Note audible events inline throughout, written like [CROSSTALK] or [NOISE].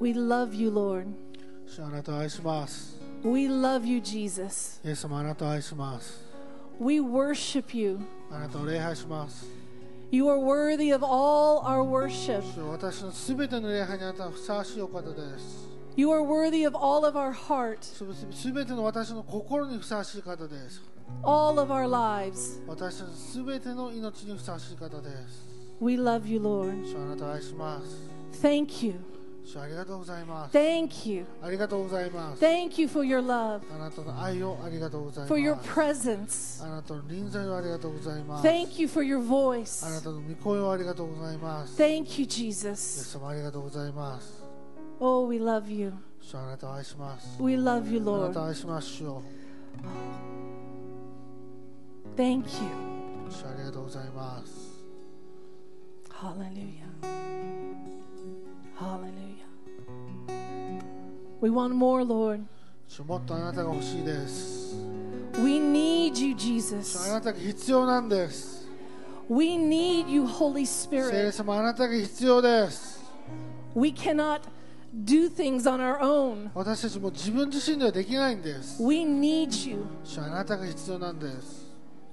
We love you, Lord. 主あなたを愛します。 We love you, Jesus. イエス様あなたを愛します。 We worship you. あなたを礼拝します。 You are worthy of all our worship. 主私のすべての礼拝にあなたはふさわしいお方です。 You are worthy of all of our heart, すべての私の心にふさわしい方です。 all of our lives. 私のすべての命にふさわしい方です。 We love you, Lord. 主あなたを愛します。 Thank you. 主ありがとうございます。 Thank you. ありがとうございます。 Thank you for your love, あなたの愛をありがとうござい for your ます。 presence. あなたの臨在をありがとうございます。 Thank you for your あな voice. たの御声をありがとうございます。イエ Thank you, Jesus. ス様ありがとうございます。 Oh, we love you. 主あなたを愛します。 We love you, あな Lord. たを愛します主よ。 Thank you. 主ありがとうございます。 Hallelujah. Hallelujah. We want more, Lord. 主もっとあなたが欲しいです。 We need you, 主あ Jesus. なたが必要なんです。 We need you, Holy 聖霊 Spirit. 様あなたが必要です。 We cannot do things on our own. 私たちも自分自身ではできないんです。 We need you. 主あなたが必要なんです。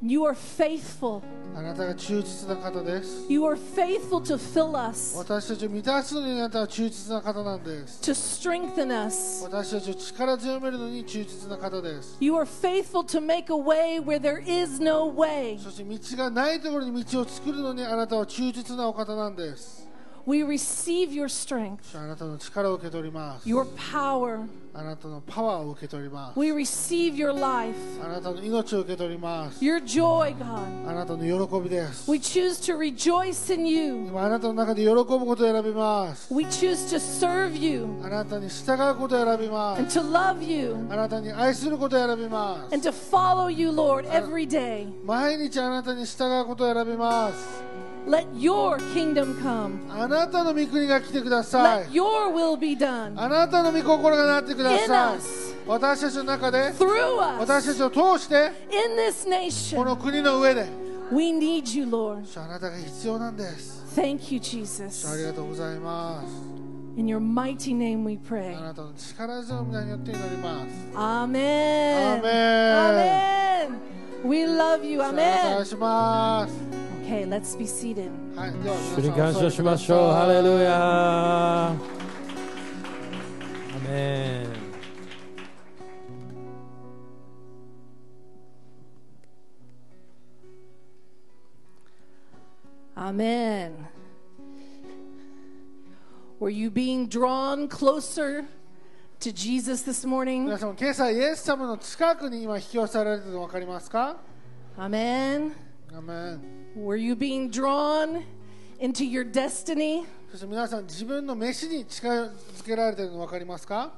You are faithful. あなたが忠実な方です。 You are faithful to fill us, 私たちを満たすのにあなたは忠実な方なんです。 to strengthen us. 私たちを力強めるのに忠実な方です。 You are faithful to make a way where there is no way. そして道がないところに道を作るのにあなたは忠実なお方なんです。 We receive your strength, 主あなたの力を受け取ります。 your power. あなたのパワーを受け取ります。 We receive your life, あなたの命を受け取ります。 your joy, God. あなたの喜びです。 We choose to rejoice in you. 今あなたの中で喜ぶことを選びます。 We choose to serve you あなたに従うことを選びま and す。 to love you あなたに愛することを選びます。 and to follow you, Lord, every day. 毎日あなたに従うことを選びます。 Let your kingdom come. あなたの御国が来てください Let。your will be done あなたの御心がなってくだ in さい。 us, 私たちの中で、 through 私 us, たちを通して、 in this こ nation. の国の上で、 We need you, Lord. あなたが必要なんです。 Thank you, あり Jesus. がとうございます。 In your mighty name we pray. あなたの力強みによって祈ります。 Amen. Amen. Amen. We love you. お願 Amen. いします。 Okay, let's be seated. はい、では主に感謝しましょう皆さハんレルヤアメン Amen. Were you being drawn closer to Jesus this 皆 morning? 様、今朝、イエス様の近くに今引き寄せられているの分かりますか Amen. アメン Were you being drawn into your destiny? そして皆さん、自分の飯に近づけられているの分かりますか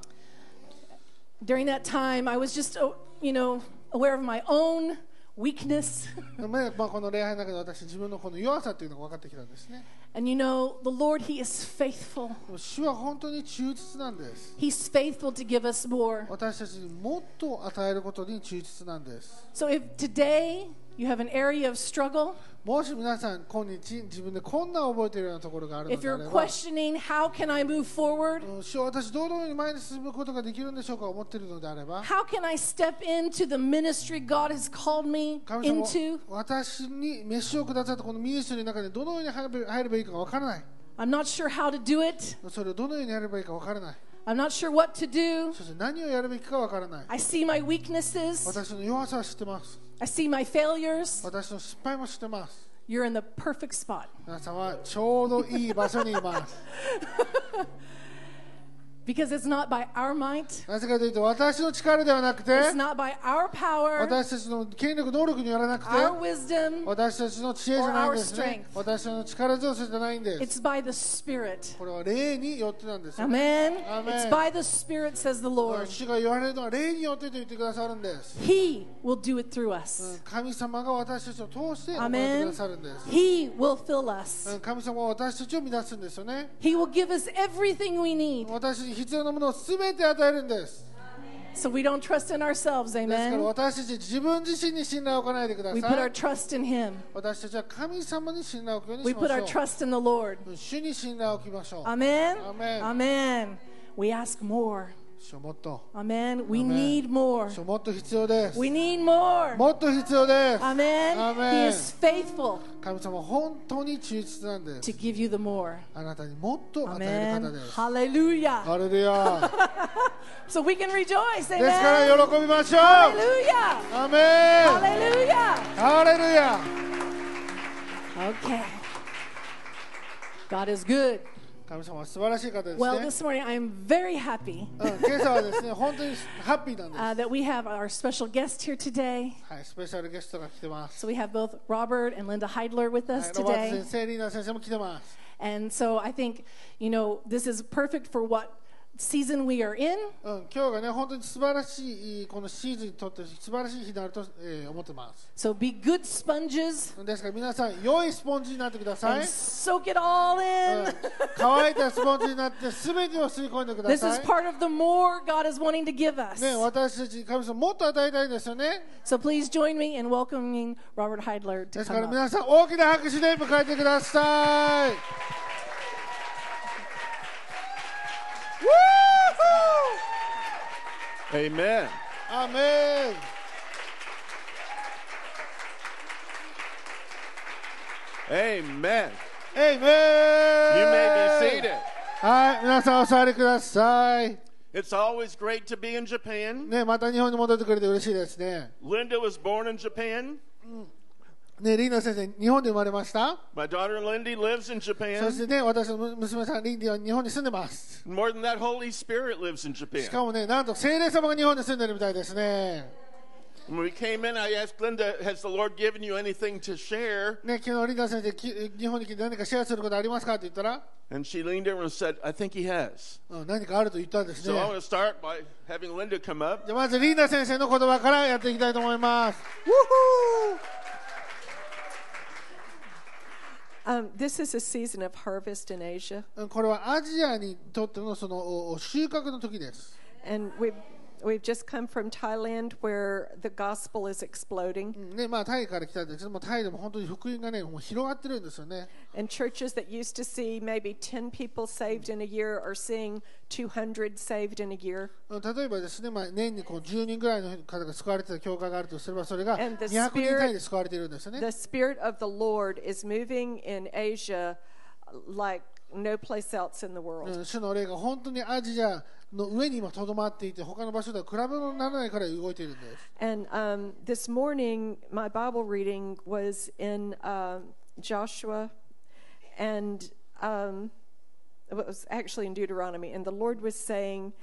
During that time, I was just, oh, you know, aware of my own weakness. [LAUGHS] まあ、この礼拝の中で私、自分のこの弱さというのが分かってきたんですね。 and you know, the Lord, He is faithful. でも主は本当に忠実なんです。 He's faithful to give us more. 私たちにもっと与えることに忠実なんです。 So if today you have an area of struggle, もし皆さん、今日、自分で困難を覚えているようなところがあるの if であ you're れば、 questioning, how can I move forward? うん主は私、どのように前に進むことができるんでしょうか思っているのであれば、 How can I step into the ministry God has called me 神様 into? 私に飯をくださったこのミニストリーの中でどのように入れば入ればいいかわからない。 I'm not sure how to do it. それをどのようにやればいいかわからない。 I'm not sure what to do. そして何をやるべきかわからない。 I see my weaknesses. 私の弱さは知ってます。 I see my failures. 私の失敗も知ってます。 You're in the perfect spot 皆さんはちょうどいい場所にい [LAUGHS] ます。 because it's not by our might, なぜかというと私の力ではなくて、 it's not by our power, 私たちの権力、能力によらなくて、 our wisdom, 私たちの知恵じゃないんです or our ね strength.。私の力強さじゃないんです。 it's by the Spirit. これは霊によってなんですよ。 Amen. Amen. It's by the Spirit, says the Lord. 主が言われるのは霊によってと言ってくださるんです。 He will do it through us. 神様が私たちを通して覚えてく Amen. ださるんです。 He will fill us. 神様は私たちを乱すんですよね。 He will give us everything we need 私に必要なものを全て与えるんです。 so we don't trust in ourselves. ですから Amen. 私たち自分自身に信頼を置かないでくだ We put さ our い。 trust in Him, 私たちは神様に信頼を置くように we し put our ましょ trust in the Lord. う。主に信頼を置きましょう。 Amen. Amen. Amen. we ask more. 主よもっと Amen. We Amen. need more. 主よもっと必要です We need more. もっと必要です Amen. Amen. He is faithful 神様本当に忠実なんで to す give you the more. あなたにもっと与える方 Amen. ですハ Hallelujah. レルヤ So we can rejoice. ですか Amen. ら喜びましょう Hallelujah. アメン Hallelujah. ハレルヤ Okay. God is good. 神様は素晴らしい方ですね Well, this morning I am very happy うん、今朝はですね本当にハッピーなんです、 uh, that we have our special guest here today. はい、スペシャルゲストが来てます、 So we have both Robert and Linda Heidler with は us い、ロバート today. 先生リーナ先生も来てます And so I think, you know, this is perfect for what season we are in. うん、今日がね本当に素晴らしいこのシーズンにとって素晴らしい日になると、えー思ってます So be goodスポンジs ですから皆さん良いスポンジになってください、う and ん soak it all in. 乾いたスポンジになって全てを吸い込んでく [LAUGHS] だ This さ is い part of the more God is wanting to give us. ね、私たち神様もっと与えたいですよね So please join me in welcoming Robert Heidler で to すから come up. 皆さん大きな拍手で迎えてください Amen. アメン Amen. エイメ You ン may be seated. はい皆さんお座りください It's always great to be in Japan. ねまた日本に戻ってくれて嬉しいですね Linda was born in Japan. ねリーナ先生日本で生まれました、 My daughter Lindy lives in そし Japan. てね私の娘さんリンディは日本に住んでます More than that, Holy Spirit lives in しか Japan. もねなんと聖霊様が日本に住んでるみたいですね When we came in, I asked Linda, Has the Lord given you anything to share? ね昨日リンダ先生き日本に来て何かシェアすることありますかって言ったら、 And she leaned over and said, I think he has. うん、何かあると言ったんです So I ね want to start by having Linda come up. じゃあまずリーナ先生の言葉からやっていきたいと思います Um, this is a season of harvest in Asia, うんこれはアジアにとってのそのおお収穫の時です and we've we've just come from Thailand, where the gospel is exploding, うんねまあ、タイから来たんですけどもタイでも本当に福音がねもう広がってるんですよね and churches that used to see maybe ten people saved in a year are seeing two hundred saved in a year, うん例えばですね、まあ、年にこう10人ぐらいの方が救われてた教会があるとすればそれが And the 200人 Spirit- 単位で救われてるんですよね The Spirit of the Lord is moving in Asia like no place else in the う world. ん主の霊が本当にアジアの上に今とどまっていて他の場所では比べ物にならないからい動いているんです And um, this morning, my Bible reading was in um Joshua, and um, it was actually in Deuteronomy. And the Lord was saying,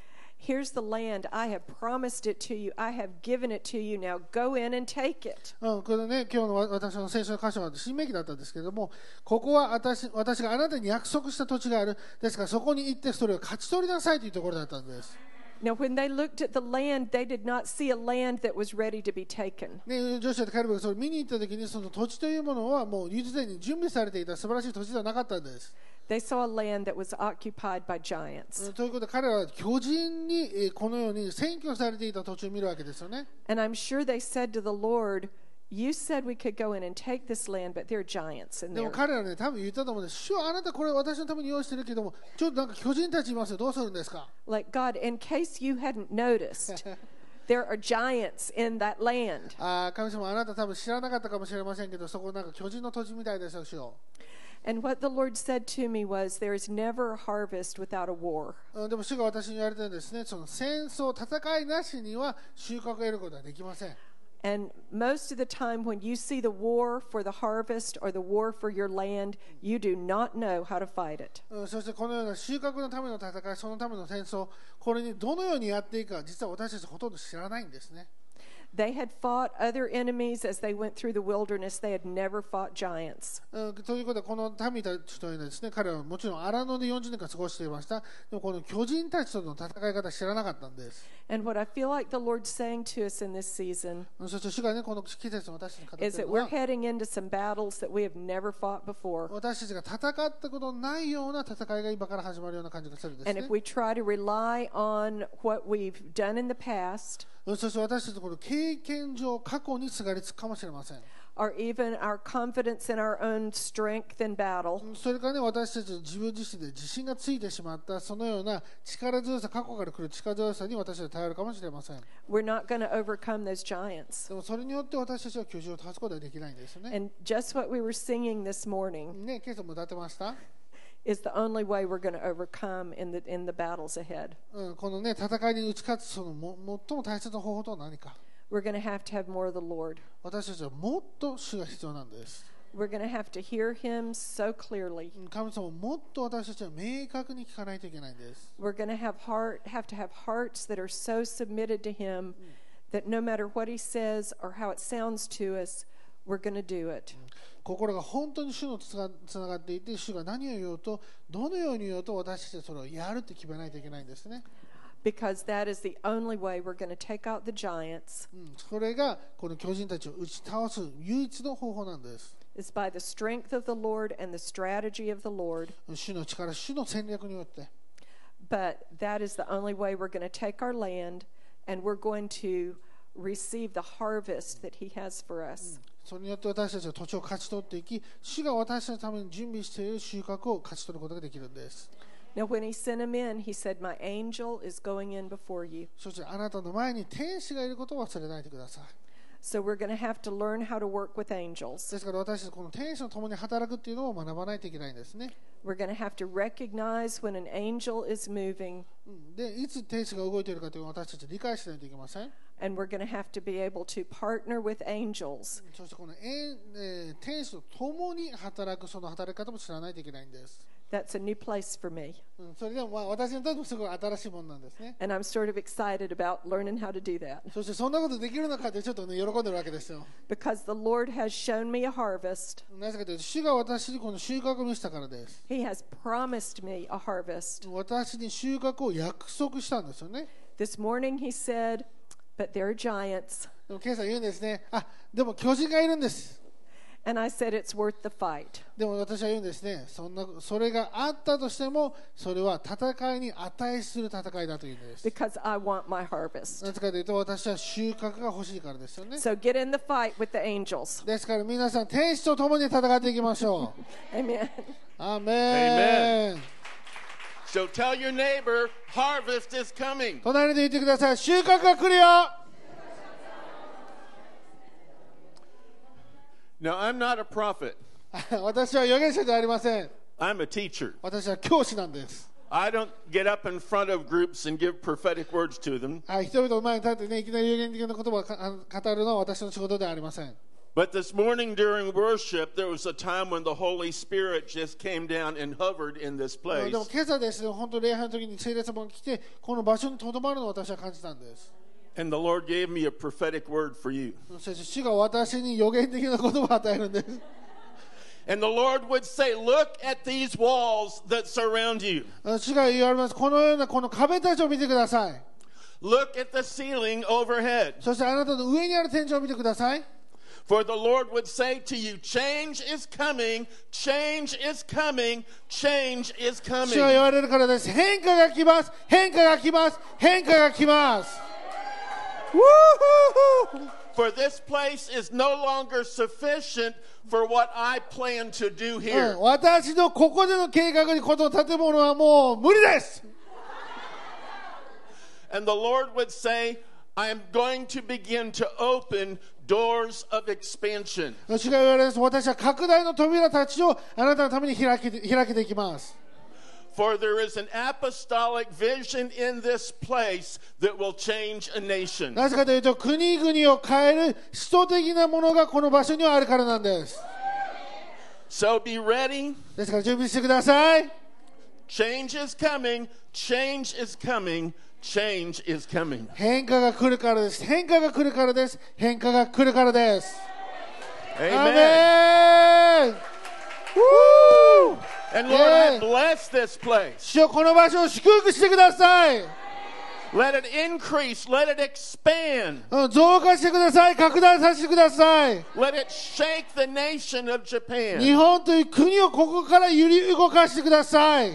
Here's the land. I have promised it to you. I have given it to you. Now go in and take it. うん、これね、今日のわ私の聖書の箇所は新明記だったんですけれども、ここは私私があなたに約束した土地がある、ですからそこに行ってそれを勝ち取りなさいというところだったんです。 Now, when they looked at the land, they did not see a land that was ready to be taken. ね、ジョシュアとカルベがそれを見に行った時に、その土地というものはもう実前に準備されていた素晴らしい土地ではなかったんです。 They saw a land that was occupied by giants. うんということで、彼らは巨人にえーこのように占拠されていた土地を見るわけですよね。 And I'm sure they said to the Lord, You said we could go in and take this land, but there are giants in でも there. 彼らね、多分言ったと思うんです。主よあなたこれ私のために用意してるけども、ちょっとなんか巨人たちいますよ、どうするんですか Like, God, in case you hadn't noticed, there are giants in that land. あー神様あなた多分知らなかったかもしれませんけどそこなんか巨人の土地みたいですよ主よ、 And what the Lord said to me was, There is never a harvest without a war. うん、でも主が私に言われてるんですねその戦争戦いなしには収穫を得ることはできません And most of the time, when you see the war for the harvest or the war for your land, you do not know how to fight it. うん、そしてこのような収穫のための戦いそのための戦争これにどのようにやっていくか実は私たちほとんど知らないんですね They had fought other enemies as they went through the wilderness, they had never fought giants. うん、ということはこの民たちというのはですね彼らはもちろん荒野で40年間過ごしていましたでもこの巨人たちとの戦い方知らなかったんです And what I feel like the Lord's saying to us in this season うんそして主がねこの季節の私たちに語ってい is る that の we're は heading into some battles that we have never fought before. 私たちが戦ったことのないような戦いが今から始まるような感じがするんです、 And ね if。we try to rely on what we've done in the past そして私たちのこの経験上過去にすがりつくかもしれません。 or even our confidence in our own strength in battle. それからね、私たち自分自身で自信がついてしまった、そのような力強さ、過去から来る力強さに私たちは頼るかもしれません。で We're not going to overcome those giants. もそれによって私たちは巨人を倒すことはできないんですよね。 And just what we were singing this morning ね、ケイさんも歌ってました、 is the only way we're going to overcome in the, in the battles ahead. うん、このね、戦いに打ち勝つそのも最も大切な方法とは何か。 We're going to have to have more of the Lord. 私たちはもっと主が必要なんです。 We're going to have to hear Him so clearly. 神様をもっと私たちは明確に聞かないといけないんです。 We're going to have heart have to have hearts that are so submitted to Him that no matter what He says or how it sounds to us, we're going to do it. 心が本当に主のつがつながっていて、主が何を言おうと、どのように言おうと、私たちはそれをやるって決めないといけないんですね。 Because that is the only way we're going to take out the giants うん、それがこの巨人たちを打ち倒す唯一の方法なんです。 is by the strength of the Lord and the strategy of the Lord. 主の力、主の戦略によって。 But that is the only way we're going to take our land and we're going to receive the harvest that He has for us. それによって私たちは土地を勝ち取っていき、主が私たちのために準備している収穫を勝ち取ることができるんです。 Now, when He sent him in, He said, My angel is going in before you. そしてあなたの前に天使がいることを忘れないでください。 So we're going to have to learn how to work with angels. ですから私たちこの天使の共に働くっていうのを学ばないといけないんですね。 We're going to have to recognize when an angel is moving, うんで、いつ天使が動いているかというのを私たち理解しないといけません。 and we're going to have to be able to partner with angels そしてこの、えーえー天使と共に働くその働き方も知らないといけないんです。 that's a new place for me. うん、それでもまあ私にとってもすごい新しいものなんですね。 And I'm sort of excited about learning how to do that そしてそんなことできるのかってちょっとね喜んでるわけですよ。 because the Lord has shown me a harvest. なぜかというと主が私にこの収穫を見せたからです。 He has promised me a harvest. 私に収穫を約束したんですよね。 This morning he said, But there are giants. でもケイさん言うんですね。あ、でも巨人がいるんです。 And I said, It's worth the fight. でも私は言うんですね。そんなそれがあったとしてもそれは戦いに値する戦いだというんです。 because I want my harvest. なぜかというと私は収穫が欲しいからですよね。 So get in the fight with the angels. ですから皆さん天使と共に戦っていきましょう。 Amen. アーメン。 So tell your neighbor, harvest is coming. 隣で言ってください。収穫が来るよ。 [LAUGHS] Now, I'm not a prophet, 私は預言者ではありません。 I'm a teacher. 私は教師なんです。 I don't get up in front of groups and give prophetic words to them, はい、人々の前に立ってね、いきなり有言的な言葉をかあの語るのは私の仕事ではありません。 but this morning during worship, there was a time when the Holy Spirit just came down and hovered in this で place. も今朝ですね、本当礼拝の時に聖霊様が来て、この場所にとどまるのを私は感じたんです。 And the Lord gave me a prophetic word for you. そして主が私に予言的な言葉を与えるんです。 [LAUGHS] And the Lord would say, Look at these walls that surround you. あの主が言われます。このようなこの壁たちを見てください。 Look at the ceiling overhead. そしてあなたの上にある天井を見てください。 For the Lord would say to you, Change is coming, change is coming, change is 主は言 coming. われるからです。変化が来ます。変化が来ます。変化が来ます。 For this place is no longer sufficient for what I plan to do う here. ん私のここでの計画にこの建物はもう無理です。 And the Lord would say, I am going to begin to open doors of expansion. 主が言われます。私は拡大の扉たちをあなたのために開けて開けていきます。 For there is an apostolic vision in this place that will change a nation. なぜかというと、国々を変える使徒的なものがこの場所にはあるからなんです。 So be ready. ですから準備してください。 Change is coming. Change is coming. Change is coming. 変化が来るからです。変化が来るからです。変化が来るからです。アー Amen. メン And Lord, I Yeah. bless this place. 主よこの場所を祝福してください。 Let it increase. Let it expand. うん増加してください。拡大させてください。 Let it shake the nation of 日 Japan. 本という国をここから揺り動かしてください。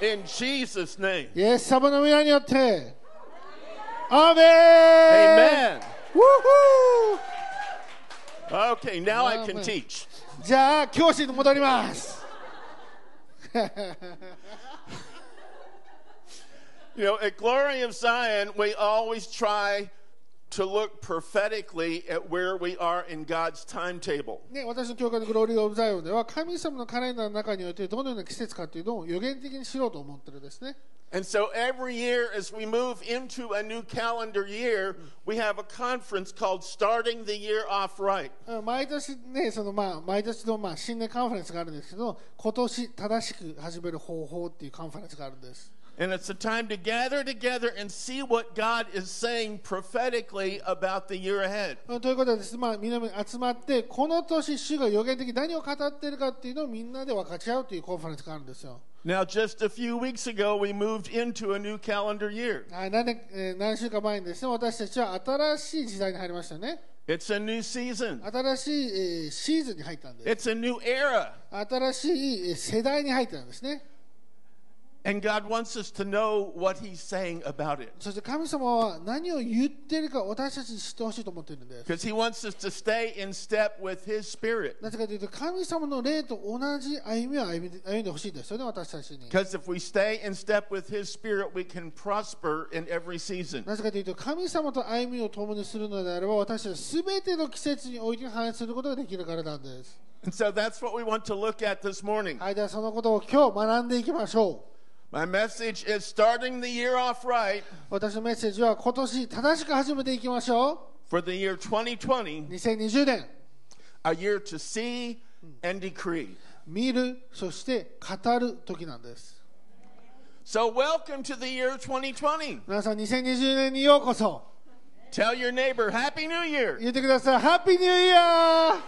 In Jesus' name. イエス様の皆によって。アーメン Amen. ウォー Okay, now I Wow, can man. teach. じゃあ教師に戻ります You know, at Glory of Zion, we always try to look prophetically at where we are in God's timetable. ね、私の教会のグローリー・オブ・ザイオンでは神様のカレンダーの中においてどのような季節かというのを予言的にしようと思ってるんですね And so every year, as we move into a new calendar year, we have a conference called Starting the Year Off Right. 毎年ねそのまあ毎年のまあ新年カンファレンスがあるんですけど今年正しく始める方法っていうカンファレンスがあるんです And it's a time to gather together and see what God is saying prophetically about the year ahead. ということでです、ねまあ、みんな集まってこの年主が予言的に何を語っているかっていうのをみんなで分かち合うというコンファレンスがあるんですよ Now, just a few weeks ago, we moved into a new calendar year. はい何年えー何週間前にですね私たちは新しい時代に入りましたよね It's a new season, 新しい、えーシーズンに入ったんです it's a new era. 新しいえー世代に入ったんですね And God wants us to know what He's saying about it. そして神様は何を言ってるか私たちに知ってほしいと思っているんです Because He wants us to stay in step with His Spirit. なぜかというと神様の霊と同じ歩みを歩み歩んでほしいですよね私たちに Because if we stay in step with His Spirit, we can prosper in every season. なぜかというと神様と歩みを共にするのであれば私たちは全ての季節において反映することができるからなんです And so that's what we want to look at this morning. はいではそのことを今日学んでいきましょ My message is starting the year off right う私のメッセージは今年正しく始めていきましょ for the year う 2020, 2020年 a year to see and decree. 見るそして語る時なんです So, welcome to the year 2020. 皆さん2020年にようこそ Tell your neighbor, Happy New Year. 言ってくださいハッピーニューイヤー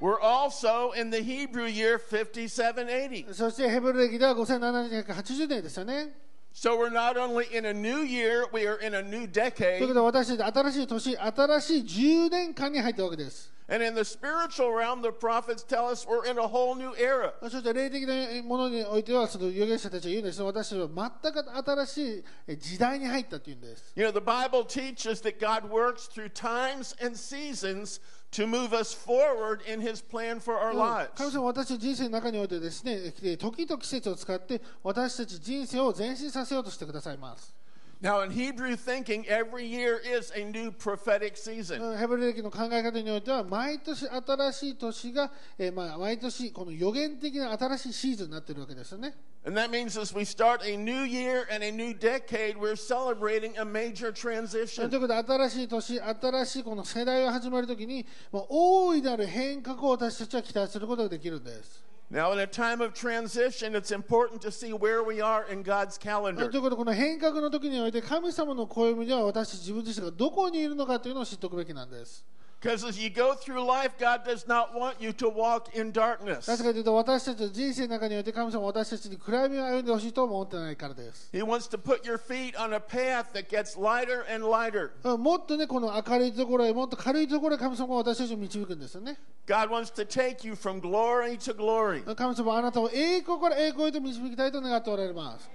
We're also in the Hebrew year 5780. そしてヘブル歴では5780年ですよね。 So, we're not only in a new year, we are in a new というこ decade. とで私たち新しい年、新しい10年間に入ったわけです。 And in the spiritual realm, the prophets tell us we're in a whole new era. そして霊的なものにおいてはその預言者たちは言うんです私たちは全く新しい時代に入ったというんです。 You know, the Bible teaches that God works through times and seasons to move us forward in his plan for our 神 lives. 様は私の人生の中においてですね、時と季節を使って私たち人生を前進させようとしてくださいます。 Now, in Hebrew thinking, every year is a new prophetic season. ヘブル歴の考え方においては毎年新しい年が、えーまあ、毎年この予言的な新しいシーズンになっているわけですよね。 And that means as we start a new year and a new decade, we're celebrating a major とい transition. うことで新しい年、新しいこの世代が始まるときに、まあ、大いなる変革を私たちは期待することができるんです。 Now, in a time of transition, it's important to see where we are in God's という calendar. ことで、この変革の時において、神様の暦では私自分自身がどこにいるのかというのを知っておくべきなんです。 Because as you go through life, God does not want you to walk in darkness. なぜかというと、私たちの人生の中において、神様は私たちに暗闇を歩んでほしいとも思ってないからです。 He wants to put your feet on a path that gets lighter and lighter. もっとね、この明るいところへ、もっと軽いところへ神様が私たちを導くんですよね。 God wants to take you from glory to glory. 神様はあなたを栄光から栄光へと導きたいと願っておられます。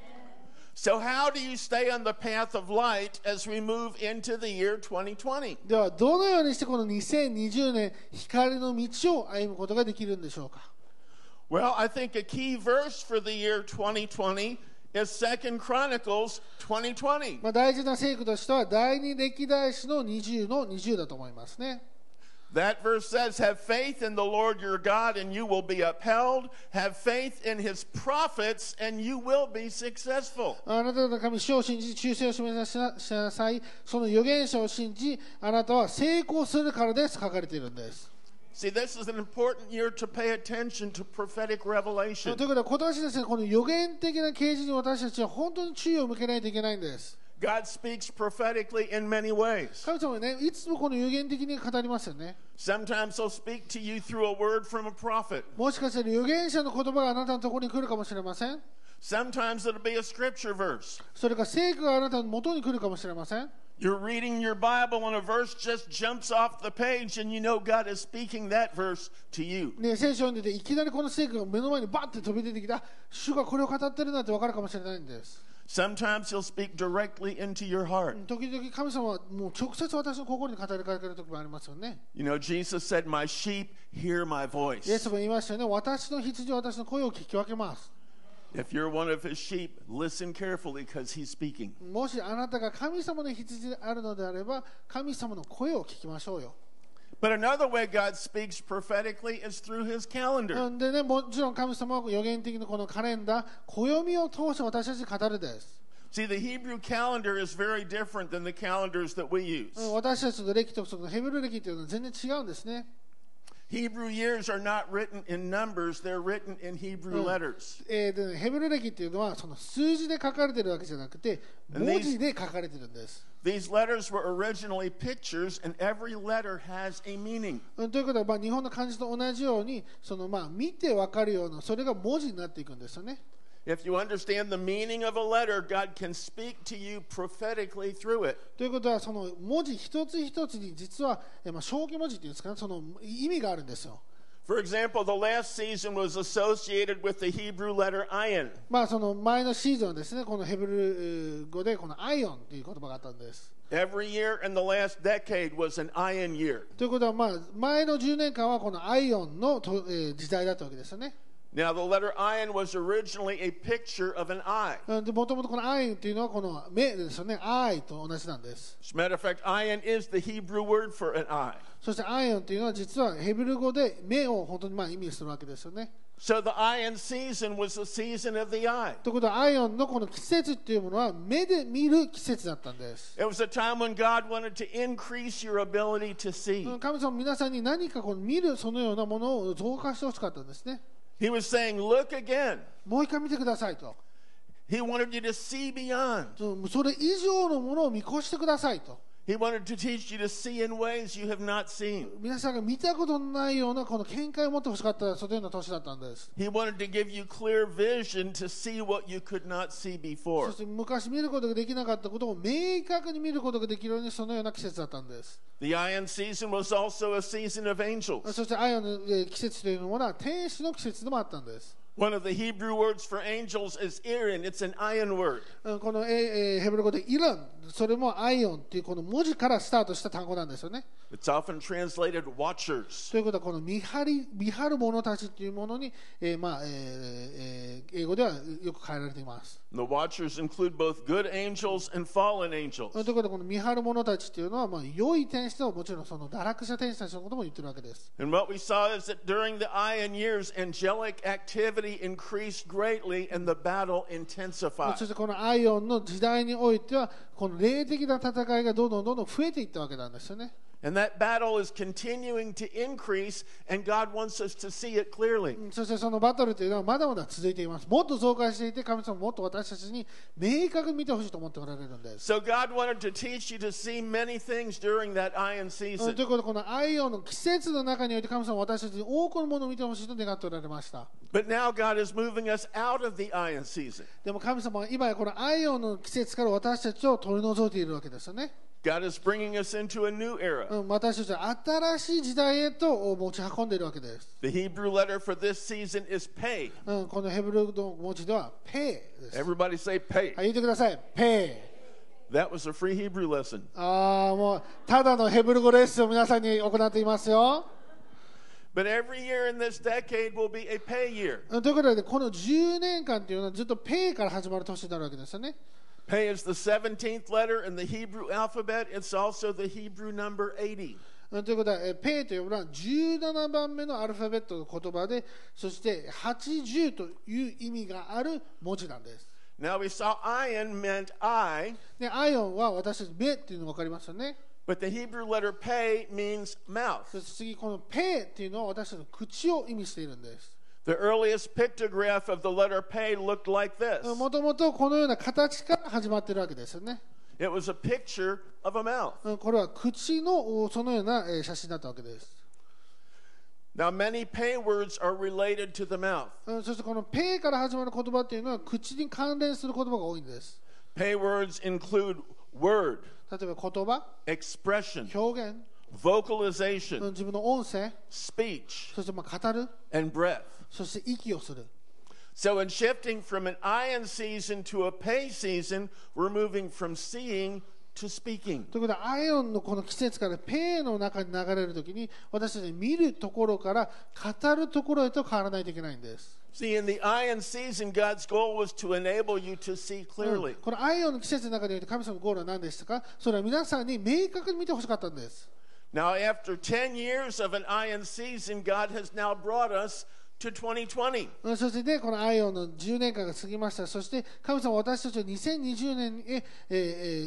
So, how do you stay on the path of light as we move into the year 2020? ではどのようにしてこの2020年光の道を歩むことができるんでしょうか Well, I think a key verse for the year 2020 is Second Chronicles 2020. まあ、大事な聖句としては第二歴代史の20の20だと思いますね That verse says, Have faith in the Lord your God and you will be upheld. Have faith in his prophets and you will be successful. あなたの神主を信じ忠誠を示しなしなさいその預言者を信じあなたは成功するからです書かれているんです See, this is an important year to pay attention to prophetic と revelation. いうことで今年ですねこの予言的な啓示に私たちは本当に注意を向けないといけないんです God speaks prophetically in many ways. 神様はねいつもこの予言的に語りますよね Sometimes He'll speak to you through a word from a prophet. もしかしたら預言者の言葉があなたのところに来るかもしれません Sometimes it'll be a scripture verse. それから聖句があなたの元に来るかもしれません。 You're reading your Bible and a verse just jumps off the page, and you know God is speaking that verse to you. ね、聖書を読んでていきなりこの聖句が目の前にバッて飛び出てきた主がこれを語ってるなんて分かるかもしれないんです。 Sometimes He'll speak directly into your heart. 時々神様はもう直接私の心に語りかける時もありますよね。 You know, Jesus said, My sheep hear my イエス voice. も言いましたよね。私の羊は私の声を聞き分けます。 If you're one of His sheep, listen carefully because He's speaking. もしあなたが神様の羊であるのであれば、神様の声を聞きましょうよ。 But another way God speaks prophetically is through His calendar. でね、もちろん神様は予言的にこのカレンダー、暦を通して私たちに語るです。 See, the Hebrew calendar is very different than the calendars that we use. 私たちの歴とそのヘブル歴というのは全然違うんですね。 Hebrew years are not written in numbers, they're written in Hebrew letters. えーでねヘブル歴っていうのはその数字で書かれてるわけじゃなくて文字で書かれてるんです。 These letters were originally pictures, and every letter has a meaning. うんということは、まあ、日本の漢字と同じようにその、まあ、見てわかるようなそれが文字になっていくんですよね。 If you understand the meaning of a letter, God can speak to you prophetically through it. ということはその文字一つ一つに実は、えーまあ、正気文字っていうんですかねその意味があるんですよ。 For example, the last season was associated with the Hebrew letter ayin. まあその前のシーズンはですねこのヘブルえー語でこのアイオンという言葉があったんです。 Every year in the last decade was an ayin year. ということは、まあ、前の10年間はこのアイオンのと、えー時代だったわけですよね。 Now, the letter ayin was originally a picture of an eye. うんでもともとこのアインというのはこの目ですよね。アイと同じなんです。 As a matter of fact, ayin is the Hebrew word for an eye. そしてアイオンというのは実はヘブル語で目を本当にまあ意味するわけですよね。 So the ayin season was the season of the eye. ということはアイオンのこの季節っていうものは目で見る季節だったんです。 It was a time when God wanted to increase your ability to う see. ん神様皆さんに何かこの見るそのようなものを増加してほしかったんですね。 He was saying, Look again. もう一回見てくださいと。 He wanted you to see beyond. うんそれ以上のものを見越してくださいと。 He wanted to teach you to see in ways you have not seen. 皆さんが見たことのないようなこの見解を持ってほしかったそのような年だったんです。 He wanted to give you clear vision to see what you could not see そ before. して昔見ることができなかったことを明確に見ることができるようにそのような季節だったんです。 The iron season was also a season of angels. そしてアイオンのえー季節というものは天使の季節でもあったんです。 One of the Hebrew words for angels is iron. It's an iron word. うんこのえーえーヘブル語でイラン、それもアイオンっていうこの文字からスタートした単語なんですよね。 It's often translated watchers. ということはこの見張り見張る者たちっていうものに、えーまあえーえー英語ではよく変えられています。 The watchers include both good angels and fallen うん angels. ということでこの見張る者たちっていうのは、まあ、良い天使ともちろんその堕落した天使たちのことも言ってるわけです。 And what we saw is that during the Ion years, angelic activity increased greatly and the battle まあ intensified. そしてこのアイオンの時代においてはこの霊的な戦いがどんどんどんどん増えていったわけなんですよね。 And that battle is continuing to increase, and God wants us to see it clearly. そしてそのバトルというのはまだまだ続いています。もっと増加していて神様もっと私たちに明確に見てほしいと思っておられるんです。 So God wanted to teach you to see many things during that Ion うん season. ということでこのアイオンの季節の中において神様は私たちに多くのものを見てほしいと願っておられました。 But now God is moving us out of the Ion season. でも神様は今やこのアイオンの季節から私たちを取り除いているわけですよね。 God is bringing us into a new era. うん私たちは新しい時代へと持ち運んでいるわけです。 The Hebrew letter for this season is pay. うんこのヘブル語の文字ではペイです。 Everybody say pay. はい、言ってください。ペイ。 That was a free Hebrew lesson. ああ、もう、ただのヘブル語レッスンを皆さんに行っていますよ。 But every year in this decade will be a pay year. うんということで、この10年間というのはずっとペイから始まる年になるわけですよね。 Pay is the 17th letter in the Hebrew alphabet. It's also the Hebrew number 80. うんということは、えペイというのは17番目のアルファベットの言葉で、そして80という意味がある文字なんです。 Now we saw ion meant eye, で、アイオンは私たち目っていうの分かりますよね。 but the Hebrew letter pay means そ mouth. して次、このペイっていうのは私たちの口を意味しているんです。 The earliest pictograph of the letter pay looked like this もともとこのような形から始まってるわけですよね。 it was a picture of a mouth. うんこれは口のおそのようなえー写真だったわけです。 Now, many pay words are related to the mouth. うんそしてこの「ペイ」から始まる言葉っていうのは口に関連する言葉が多いんです。 Pay words include word, 例えば言葉、 expression, 表現、うん vocalization, 自分の音声、 speech, そしてまあ語る、 and breath. そして息をする。 So, in shifting from an iron season to a pay season, we're moving from seeing to speaking. ということは、アイオンのこの季節からペイの中に流れるときに、私たち見るところから語るところへと変わらないといけないんです。 See, in the iron season, God's goal was to enable you to う see ん clearly. このアイオンの季節の中で言うと神様のゴールは何でしたかそれは皆さんに明確に見てほしかったんです。 Now, after 10 years of an iron season, God has now brought us to 2020. うんそしてね、このアイオンの10年間が過ぎました。そして神様は私たちを2020年へ、えーえ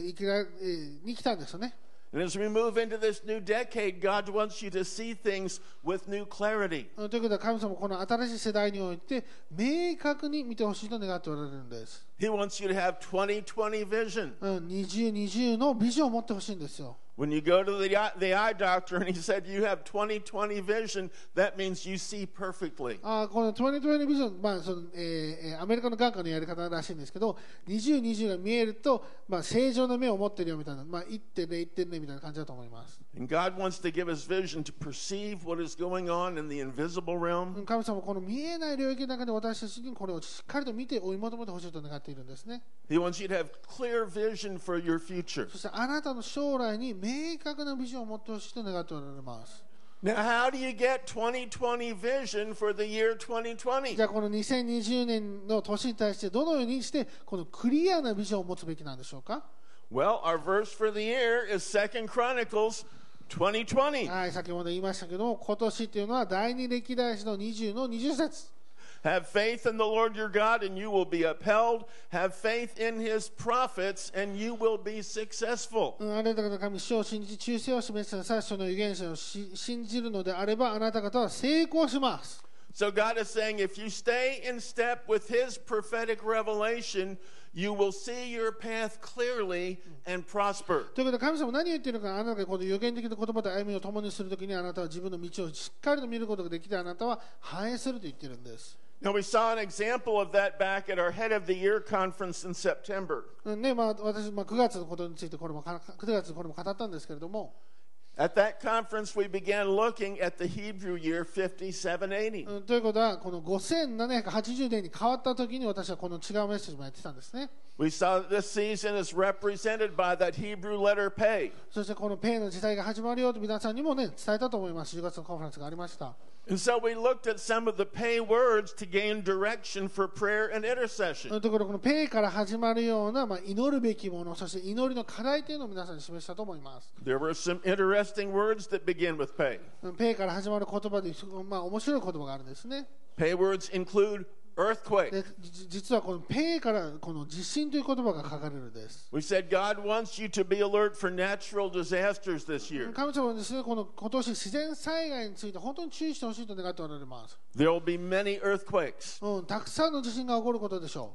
ー生きらえーに来たんですよね。 And as we move into this new decade, God wants you to see things with new clarity. うんということは神様はこの新しい世代において明確に見てほしいと願っておられるんです。 He wants you to have 2020 vision. うん、20、20のビジョンを持ってほしいんですよ。 When you go to the eye, the eye doctor and he said, You have 2020 vision, that means you see perfectly. あーこの2020ビジョン、まあそのえーえーアメリカの眼科のやり方らしいんですけど、20、20が見えると、まあ、正常の目を持ってるよみたいな、まあ、1.0、1.0みたいな感じだと思います。 And God wants to give us vision to perceive what is going on in the invisible う realm. ん神様はこの見えない領域の中で私たちにこれをしっかりと見て追い求めてほしいと願っているんですね。 He wants you to have clear vision for your future. そしてあなたの将来に明確なビジョンを持ってほしいと願っておられます。 Now, how do you get 2020 vision for the year 2020? じゃあこの2020年の年に対してどのようにしてこのクリアなビジョンを持つべきなんでしょうか Well, our verse for the year is Second Chronicles 2020. はい、先ほど言いましたけども、今年っていうのは第二歴代史の20の20節 Have faith in the Lord your God, and you will be upheld. Have faith in his prophets, and you will be successful. うんあなた方の神、主を信じ、忠誠を示すなさい。その預言者をし信じるのであれば、あなた方は成功します。 So God is saying if you stay in step with his prophetic revelation, you will see your path clearly and prosper. ということで、神様何言ってるか、あなたがこの預言的な言葉と歩みを共にするときに、あなたは自分の道をしっかりと見ることができて、あなたは反映すると言ってるんです。 Now, we saw an example of that back at our Head of the Year conference in September. うんね、まあ、私、まあ、9月のことについて、これもか、9月のこれも語ったんですけれども、 At that conference, we began looking at the Hebrew year 5780. うんということは、この5780年に変わったときに、私はこの違うメッセージもやってたんですね。 We saw that this season is represented by that Hebrew letter pay. そしてこのペイの時代が始まるよと皆さんにもね伝えたと思います。10月のコンファレンスがありました。 And so we looked at some of the pay words to gain direction for prayer and とい intercession. うところこのペイから始まるようなまあ祈るべきもの、そして祈りの課題というのを皆さんに示したと思います。 There were some interesting words that begin with pay. ペイから始まる言葉でまあ面白い言葉があるんですね。 Pay words include earthquake. でじ実はこのペイからこの地震という言葉が書かれるんです。 We said God wants you to be alert for natural disasters this year. 神様はですねこの今年自然災害について本当に注意してほしいと願っておられます。 There will be many earthquakes. うんたくさんの地震が起こることでしょ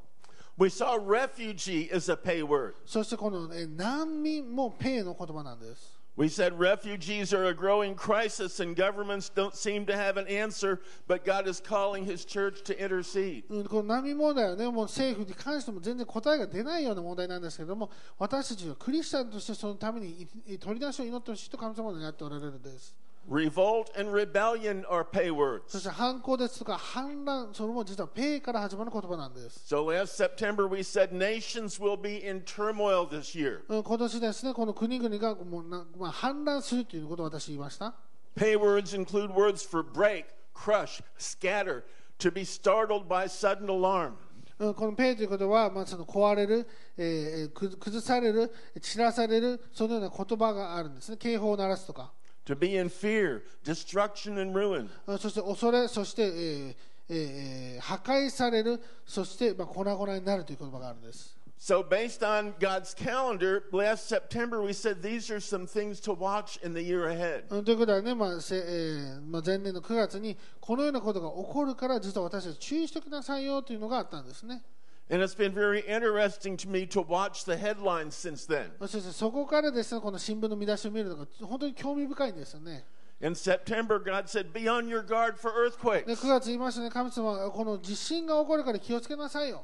う。 We saw refugee as a pay word. そしてこの、え難民もペイの言葉なんです。 We said refugees are a growing crisis and governments don't seem to have an answer, but God is calling his church to intercede. うん、この難民問題はね、もう政府に関しても全然答えが出ないような問題なんですけれども、私たちはクリスチャンとしてそのためにい取り出しを祈ってほしいと神様になっておられるんです。 Revolt and rebellion are pay そし words. て反抗ですとか反乱、それも実はペイから始まる言葉なんです。 So last September, we said nations will be in turmoil this year. うん今年ですね、この国々がもうな、まあ、反乱するということを私言いました。 Pay words include words for break, crush, scatter, to be startled by sudden alarm. うんこのペイということは、まあ、その壊れる、えーえーく崩される、散らされる、そのような言葉があるんですね。警報を鳴らすとか。 To be in fear, destruction, and ruin. あそして恐れ、そして、えーえーえー破壊される、そして、まあ、粉々になるという言葉があるんです。 So, based on God's calendar, last September we said these are some things to watch in the year ahead. うんということはね、まあせえーまあ、前年の9月にこのようなことが起こるから、実は私たち注意してくださいよというのがあったんですね。 And it's been very interesting to me to watch the headlines since then. そしてそこからですね、この新聞の見出しを見るのが本当に興味深いんですよね。 In September, God said, Be on your guard for で earthquakes. 9月言いましたね、神様はこの地震が起こるから気をつけなさいよ。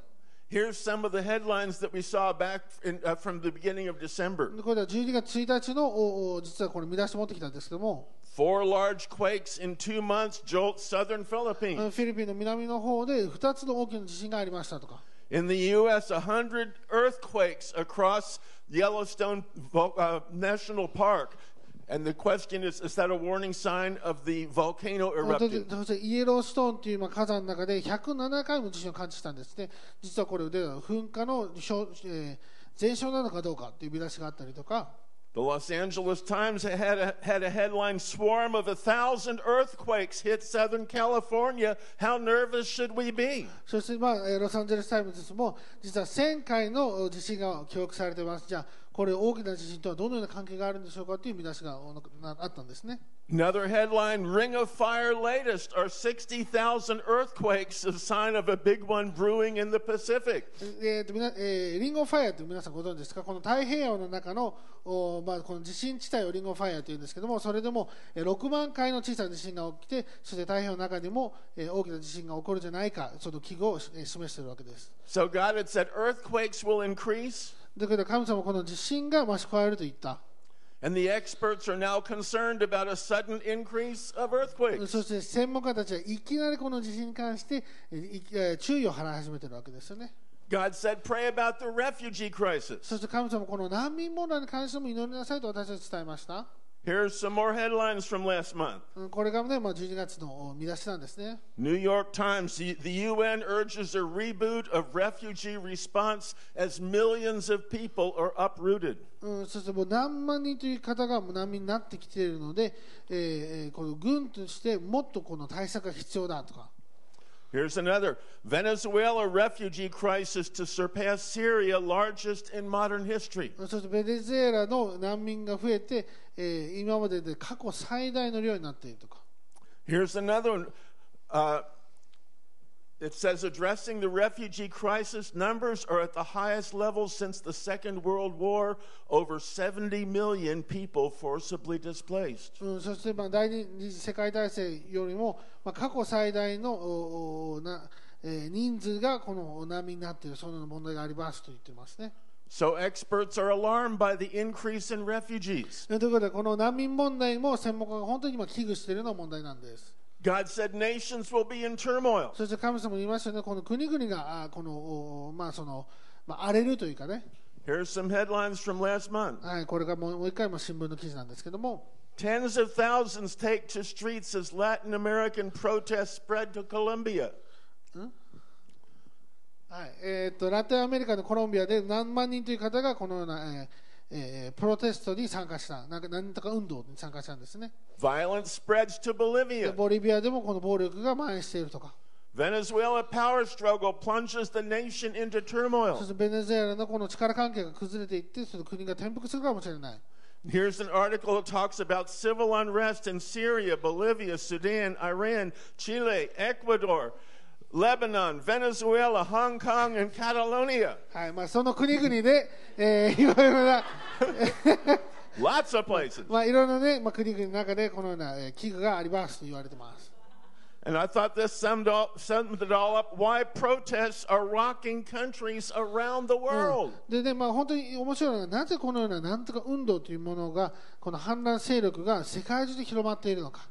Here's some of the headlines that we saw back in, uh, from the beginning of December. これでは12月1日のおお実はこれ見出し持ってきたんですけども Four large quakes in two months jolt southern あの Philippines. フィリピンの南の方で2つの大きな地震がありましたとか In the U.S., 100 earthquakes across Yellowstone Vo- uh, National Park. And the question is is that a warning sign of the volcano 本当に erupting? そしてイエローストーンというまあ火山の中で107回も地震を感知したんですね実はこれで噴火の表、えー前兆なのかどうかという見出しがあったりとか The Los Angeles Times had a, had a headline swarm of a thousand earthquakes hit Southern California. How nervous should we be? そして、まあ、えーロサンゼルス・タイムズも実は1000回のお地震が記録されていますじゃあこれ大きな地震とはどのような関係があるんでしょうかという見出しがおなあったんですね Another headline Ring of Fire latest are 60,000 earthquakes, a sign of a big one brewing in the Pacific. えーとみなえーリンゴファイアって皆さんご存知ですかこの太平洋の中のおーまあ、この地震地帯をリンゴファイアというんですけどもそれでもえー6万回の小さな地震が起きてそして太平洋の中にもえー大きな地震が起こるじゃないかその危惧をえー示しているわけです So God had said earthquakes will increase, だけど神様はこの地震が増し加えると言った and the experts are now concerned about a sudden increase of earthquakes. そして専門家たちはいきなりこの地震に関してえーいきえー注意を払い始めているわけですよね God said pray about the refugee crisis. そして神様はこの難民問題に関しても祈りなさいと私たちに伝えました、 Here's some more headlines from last month. うんこれがね、まあ、12月のお見出しなんですね New York Times, the, the UN urges a reboot of refugee response as millions of people are uprooted. うん、そしてもう何万人という方がもう難民になってきているので、えーえーこの軍としてもっとこの対策が必要だとか Here's another Venezuela refugee crisis to surpass Syria, largest in modern history. うんそしてベネズエラの難民が増えて、えー今までで過去最大の量になっているとか Here's another one. Uh, it says addressing the refugee crisis, numbers are at the highest level since the Second World War, over 70 million people forcibly displaced. うん、そしてまあ第二次世界大戦よりも、まあ、過去最大のおおな、えー人数がこの難民になっているそのような問題がありますと言ってますね。 So experts are alarmed by the increase in refugees. えーということでこの難民問題も専門家が本当に今危惧しているような問題なんです。 God said nations will be in turmoil. そして神様も言いましたよね、この国々があこの、おまあそのまあ、荒れるというかね、 Here's some headlines from last month. はい、これがもうもう一回も新聞の記事なんですけども、 Tens of thousands take to streets as Latin American protests spread to Colombia. はいえー、とラテンアメリカのコロンビアで何万人という方がこのような、えーえープロテストに参加した、なんかなんとか運動に参加したんですね。 Violence spreads to で Bolivia. ボリビアでもこの暴力が蔓延しているとか、 Venezuela power struggle plunges the nation into そし turmoil. てベネズエラのこの力関係が崩れていって、その国が転覆するかもしれない。 Here's an article that talks about civil unrest in Syria, Bolivia, Sudan, Iran, Chile, Ecuador, Lebanon, Venezuela, Hong Kong, and Catalonia. はいまあ、その国々で、えー [LAUGHS] いろいろな、 Lots of places. まあ、いろいろな、ねまあ、国々の中でこのような、えー危惧がありますと言われてます。 And I thought this summed, all, summed it all up why protests are rocking countries around the world. でねまあ、本当に面白いのが、なぜこのようななんとか運動というものが、この反乱勢力が世界中で広まっているのか、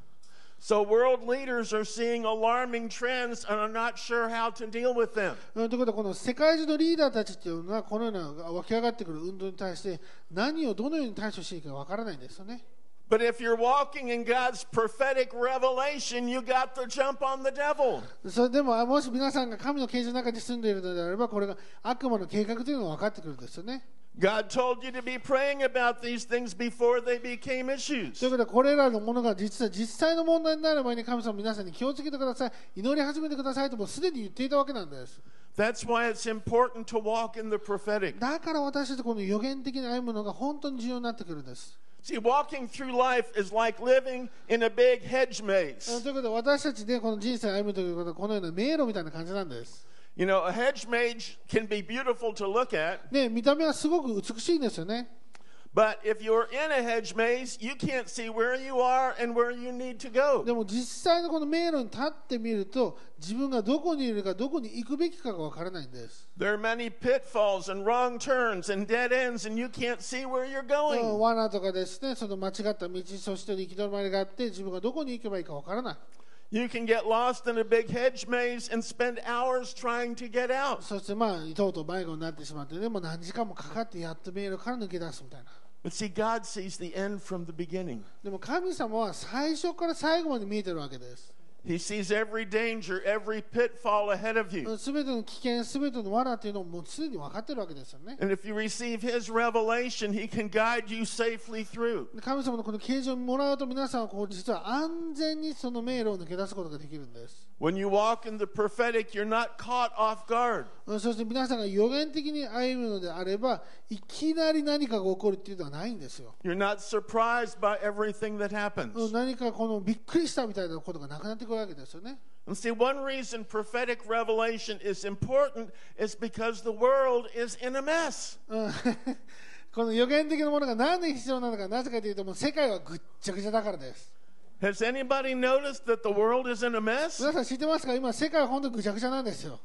So world leaders are seeing alarming trends and are not sure how to deal with them. うんということは、この世界中のリーダーたちというのは、このような湧き上がってくる運動に対して、何をどのように対処していいかわからないんですよね。 But if you're walking in God's prophetic revelation, you got the jump on the devil. それでも、あもし皆さんが神の啓示の中に住んでいるのであれば、これが悪魔の計画というのが分かってくるんですよね。 God told you to be praying about these things before they became issues. ということで、これらのものが実は実際の問題になる前に神様は皆さんに気をつけてください、祈り始めてくださいともうすでに言っていたわけなんです。 That's why it's important to walk in the prophetic. だから私たちこの予言的に歩むのが本当に重要になってくるんです。 See, walking through life is like living in a big hedge という maze. ことで、私たちでこの人生を歩むということは、このような迷路みたいな感じなんです。 You know, a hedge maze can be beautiful to look at, ね、見た目はすごく美しいんですよね。 But if you're in a hedge maze, you can't see where you are and where you need to go. でも実際のこの迷路に立ってみると自分がどこにいるかどこに行くべきかが分からないんです There are many pitfalls and wrong turns and dead ends, and you can't see where you're うん going. 罠とかですねその間違った道そして行き止まりがあって自分がどこに行けばいいか分からない You can get lost in a big hedge maze and spend hours trying to get out. そしてまあとうとう迷子になってしまってねもう何時間もかかってやっと迷路から抜け出すみたいな But see, God sees the end from the beginning. でも神様は最初から最後まで見えてるわけです He sees every danger, every pitfall ahead of you. すべての危険すべての罠っていうのをもうすでに分かってるわけですよね And if you receive His revelation, He can guide you safely through. で神様のこの啓示をもらうと皆さんはこう実は安全にその迷路を抜け出すことができるんです When you walk in the prophetic, you're not caught off guard. うんそして皆さんが予言的に歩むのであればいきなり何かが起こるっていうのはないんですよ You're not surprised by everything that うん happens. 何かこのびっくりしたみたいなことがなくなってくるわけですよね And see, one reason prophetic revelation is important is because the world is in a mess. うん [LAUGHS] この予言的なものが何で必要なのかなぜかというともう世界はぐっちゃぐちゃだからです Has anybody noticed that the world is in a mess? 皆さん知ってますか今世界は本当ぐちゃぐちゃなんですよ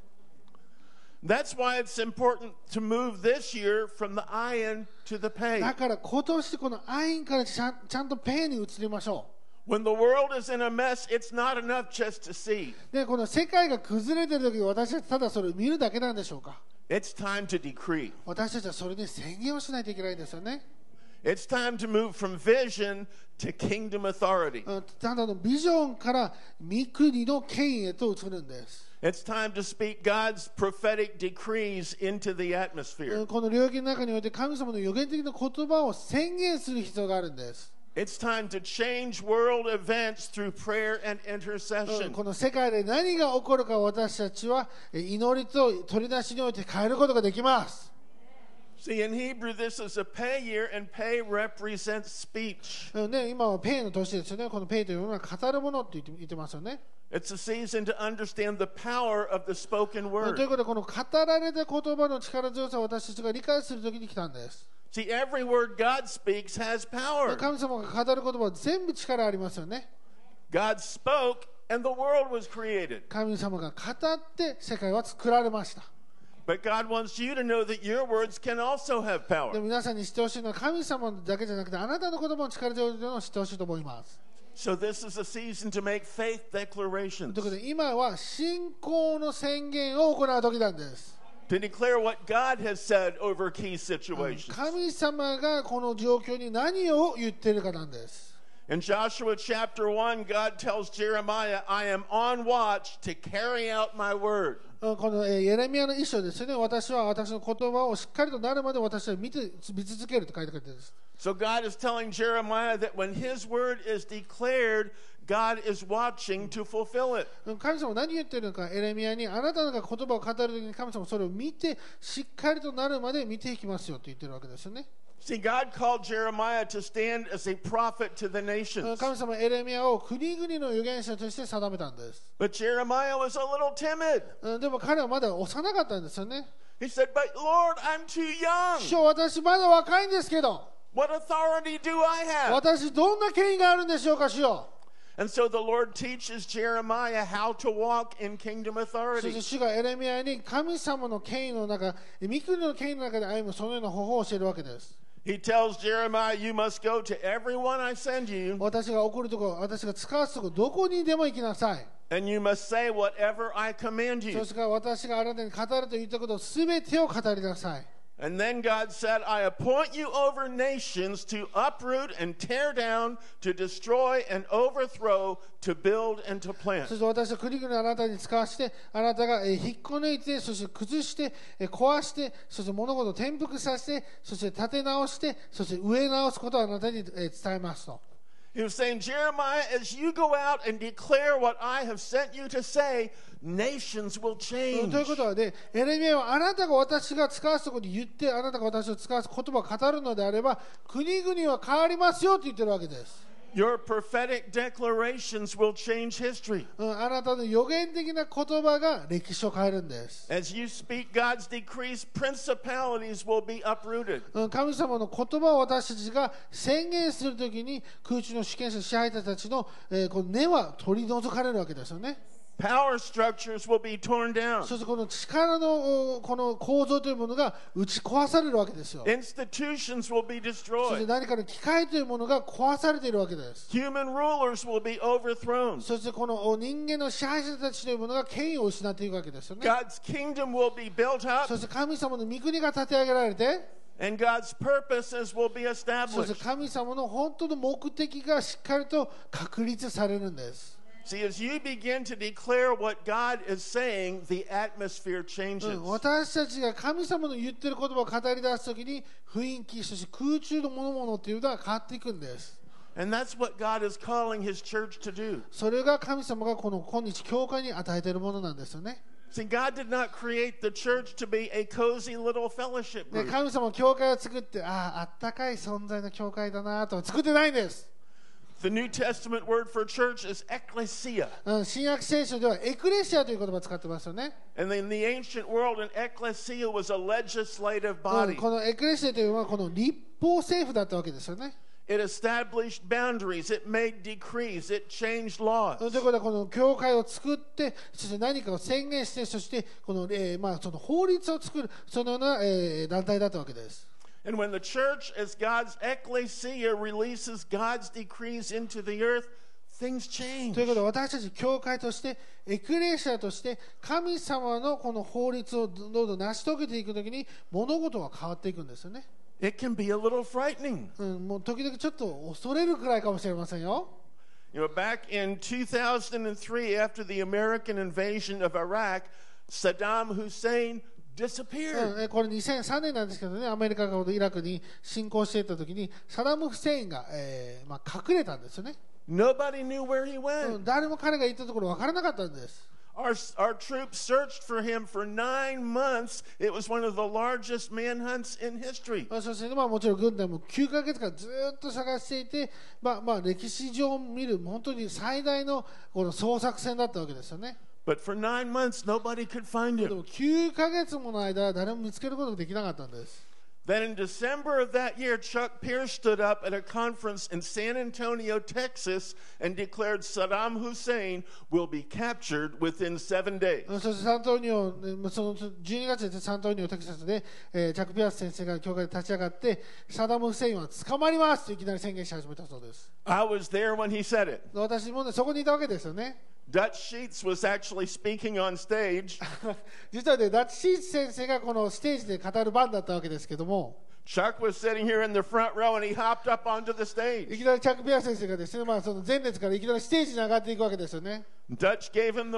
That's why it's important to move this year from the IN to the pay. だから今年このアインからちゃんちゃんとペイに移りましょ When the world is in a mess, it's not enough just to see. うでこの世界が崩れてる時私たちただそれを見るだけなんでしょうか It's time to decree. 私たちはそれに宣言をしないといけないんですよね It's time to move from vision to kingdom authority. うんただのビジョンから御国の権威へと移るんです It's time to speak God's prophetic decrees into the う atmosphere. んこの領域の中において神様の予言的な言葉を宣言する必要があるんです It's time to change world events through prayer and うん intercession. この世界で何が起こるか私たちはえ祈りと取り出しにおいて変えることができます See, in Hebrew, this is a pay year, and pay represents speech. うんね、今はペイの年ですよね、このペイというのは語るものって言って言ってますよね。 It's a season to understand the power of the spoken うんという word. ことで、この語られた言葉の力強さを私たちが理解するときに来たんです。 See, every word God speaks has power. 神様が語る言葉は全部力ありますよね。 God spoke, and the world was created. 神様が語って世界は作られました。 But God wants you to know that your words can also have で power. 皆さんに知ってほしいのは神様だけじゃなくてあなたの言葉の力強いというのを知ってほしいと思います。 So, this is a season to make faith という declarations, ことで今は信仰の宣言を行う時なんです。 to declare what God has said over key situations. 神様がこの状況に何を言っているかなんです。 In Joshua chapter 1, God tells Jeremiah, I am on watch to carry out my word. うんこのえーエレミアの一章ですよね、私は私の言葉をしっかりとなるまで私は見て見続けると書いてくれてるんです。 So, God is telling Jeremiah that when his word is declared, God is watching to fulfill it. うん神様は何言ってるのか、エレミアにあなたが言葉を語るときに神様はそれを見て、しっかりとなるまで見ていきますよと言ってるわけですよね。 See, God called Jeremiah to stand as a prophet to the うん nations. 神様はエレミアを国々の預言者として定めたんです。 But Jeremiah was a little timid. うんでも彼はまだ幼かったんですよね。 He said, But Lord, I'm too young. 師匠、私まだ若いんですけど、 What authority do I have? 私どんな権威があるんでしょうか、師匠。 And so the Lord teaches Jeremiah how to walk in kingdom そして authority. 主がエレミアに神様の権威の中、御国の権威の中で歩むそのような方法を教えるわけです。 He tells Jeremiah, You must go to everyone I send you, 私が怒るところ、私が使わすところ、どこにでも行きなさい。 and you must say whatever I command そ you. して私があなたに語ると言ったことすべてを語りなさい。 And then God said, I appoint you over nations to uproot and tear down, to destroy and overthrow, to build and to そ plant. して私は国々あなたに使わして、あなたがえー引っこ抜いて、そして崩して、えー壊して、そして物事を転覆させて、そして立て直して、そして植え直すことをあなたにえー伝えますと。 He was saying, Jeremiah, as you go out and declare what I have sent you to say, nations will うん change. ということはね、エレミアはあなたが私が使わすところに言って、あなたが私を使わす言葉を語るのであれば、国々は変わりますよと言ってるわけです。 Your prophetic declarations will change history. うん、あなたの予言的な言葉が歴史を変えるんです、 As you speak God's decrees, principalities will be uprooted. うん、神様の言葉を私たちが宣言するときに空中の主権者支配者たちの、えーこの根は取り除かれるわけですよね Power structures will be torn down. そしてこの力のおこの構造というものが打ち壊されるわけですよ Institutions will be そして destroyed. 何かの機械というものが壊されているわけです。 Human rulers will be overthrown. そしてこの人間の支配者たちというものが権威を失っていくわけですよね。 God's kingdom will be built up そして神様の御国が立て上げられて、 and God's purposes will be そして established. 神様の本当の目的がしっかりと確立されるんです。 See, as you begin to declare what God is saying, the atmosphere う changes. ん私たちが神様の言ってる言葉を語り出すときに雰囲気、そして空中の物々というのは変わっていくんです。 And that's what God is calling His church to do. それが神様がこの今日教会に与えているものなんですよね。 See, God did not create the church to be a cozy little fellowship で group. 神様は教会を作ってあああったかい存在の教会だなとは作ってないんです、 The New Testament word for church is ecclesia. うん、新約聖書ではエクレシアという言葉を使ってますよね、 And in the ancient world, an ecclesia was a legislative うん、 body. このエクレシアというのはこの立法政府だったわけですよね、 It established boundaries. It made decrees. It changed うん laws. ということはこの教会を作ってそして何かを宣言してそしてこの、えーまあ、その法律を作るそのような、えー団体だったわけです、 And when the church, as God's ecclesia, releases God's decrees into the earth, things change. ということで私たち教会としてエクレシアとして神様のこの法律をどんどん成し遂げていくときに物事は変わっていくんですよね It can be a little frightening. うん、もう時々ちょっと恐れるくらいかもしれませんよ。 You know, back in 2003, after the American invasion of Iraq, Saddam う Hussein ん disappeared. えこれ2003年なんですけどね、アメリカがこのイラクに侵攻していった時に、サダム・フセインが、えーまあ、隠れたんですよね、 Nobody knew where he うん went. 誰も彼が行ったところ分からなかったんです。 Our, our troops searched for him for nine months. It was one of the largest manhunts in history. まあそして、まあ、もちろん軍隊も9ヶ月間ずっと探していて、まあまあ、歴史上見る本当に最大のこの捜索戦だったわけですよね。 But for nine months, nobody could find で him. も9ヶ月もの間、誰も見つけることができなかったんです。 Then in December of that year, Chuck Pierce stood up at a conference in San Antonio, Texas, and declared Saddam Hussein will be captured within seven days. そしてサントニオ、ねその12月でサントニオ、テキサスで、えージャック・ピアス先生が教会で立ち上がって、サダム・フセインは捕まりますといきなり宣言し始めたそうです。 I was there when he said it. 私もね、そこにいたわけですよね。 [LAUGHS] Dutch Sheets was actually speaking on stage. 実はね、ダッチ・シーチ先生がこのステージで語る番だったわけですけども、 Chuck was sitting here in the front row and he hopped up onto the い stage. きなりチャック・ピアス先生がですね、まあ、その前列からいきなりステージに上がっていくわけですよね。 Dutch gave him そ the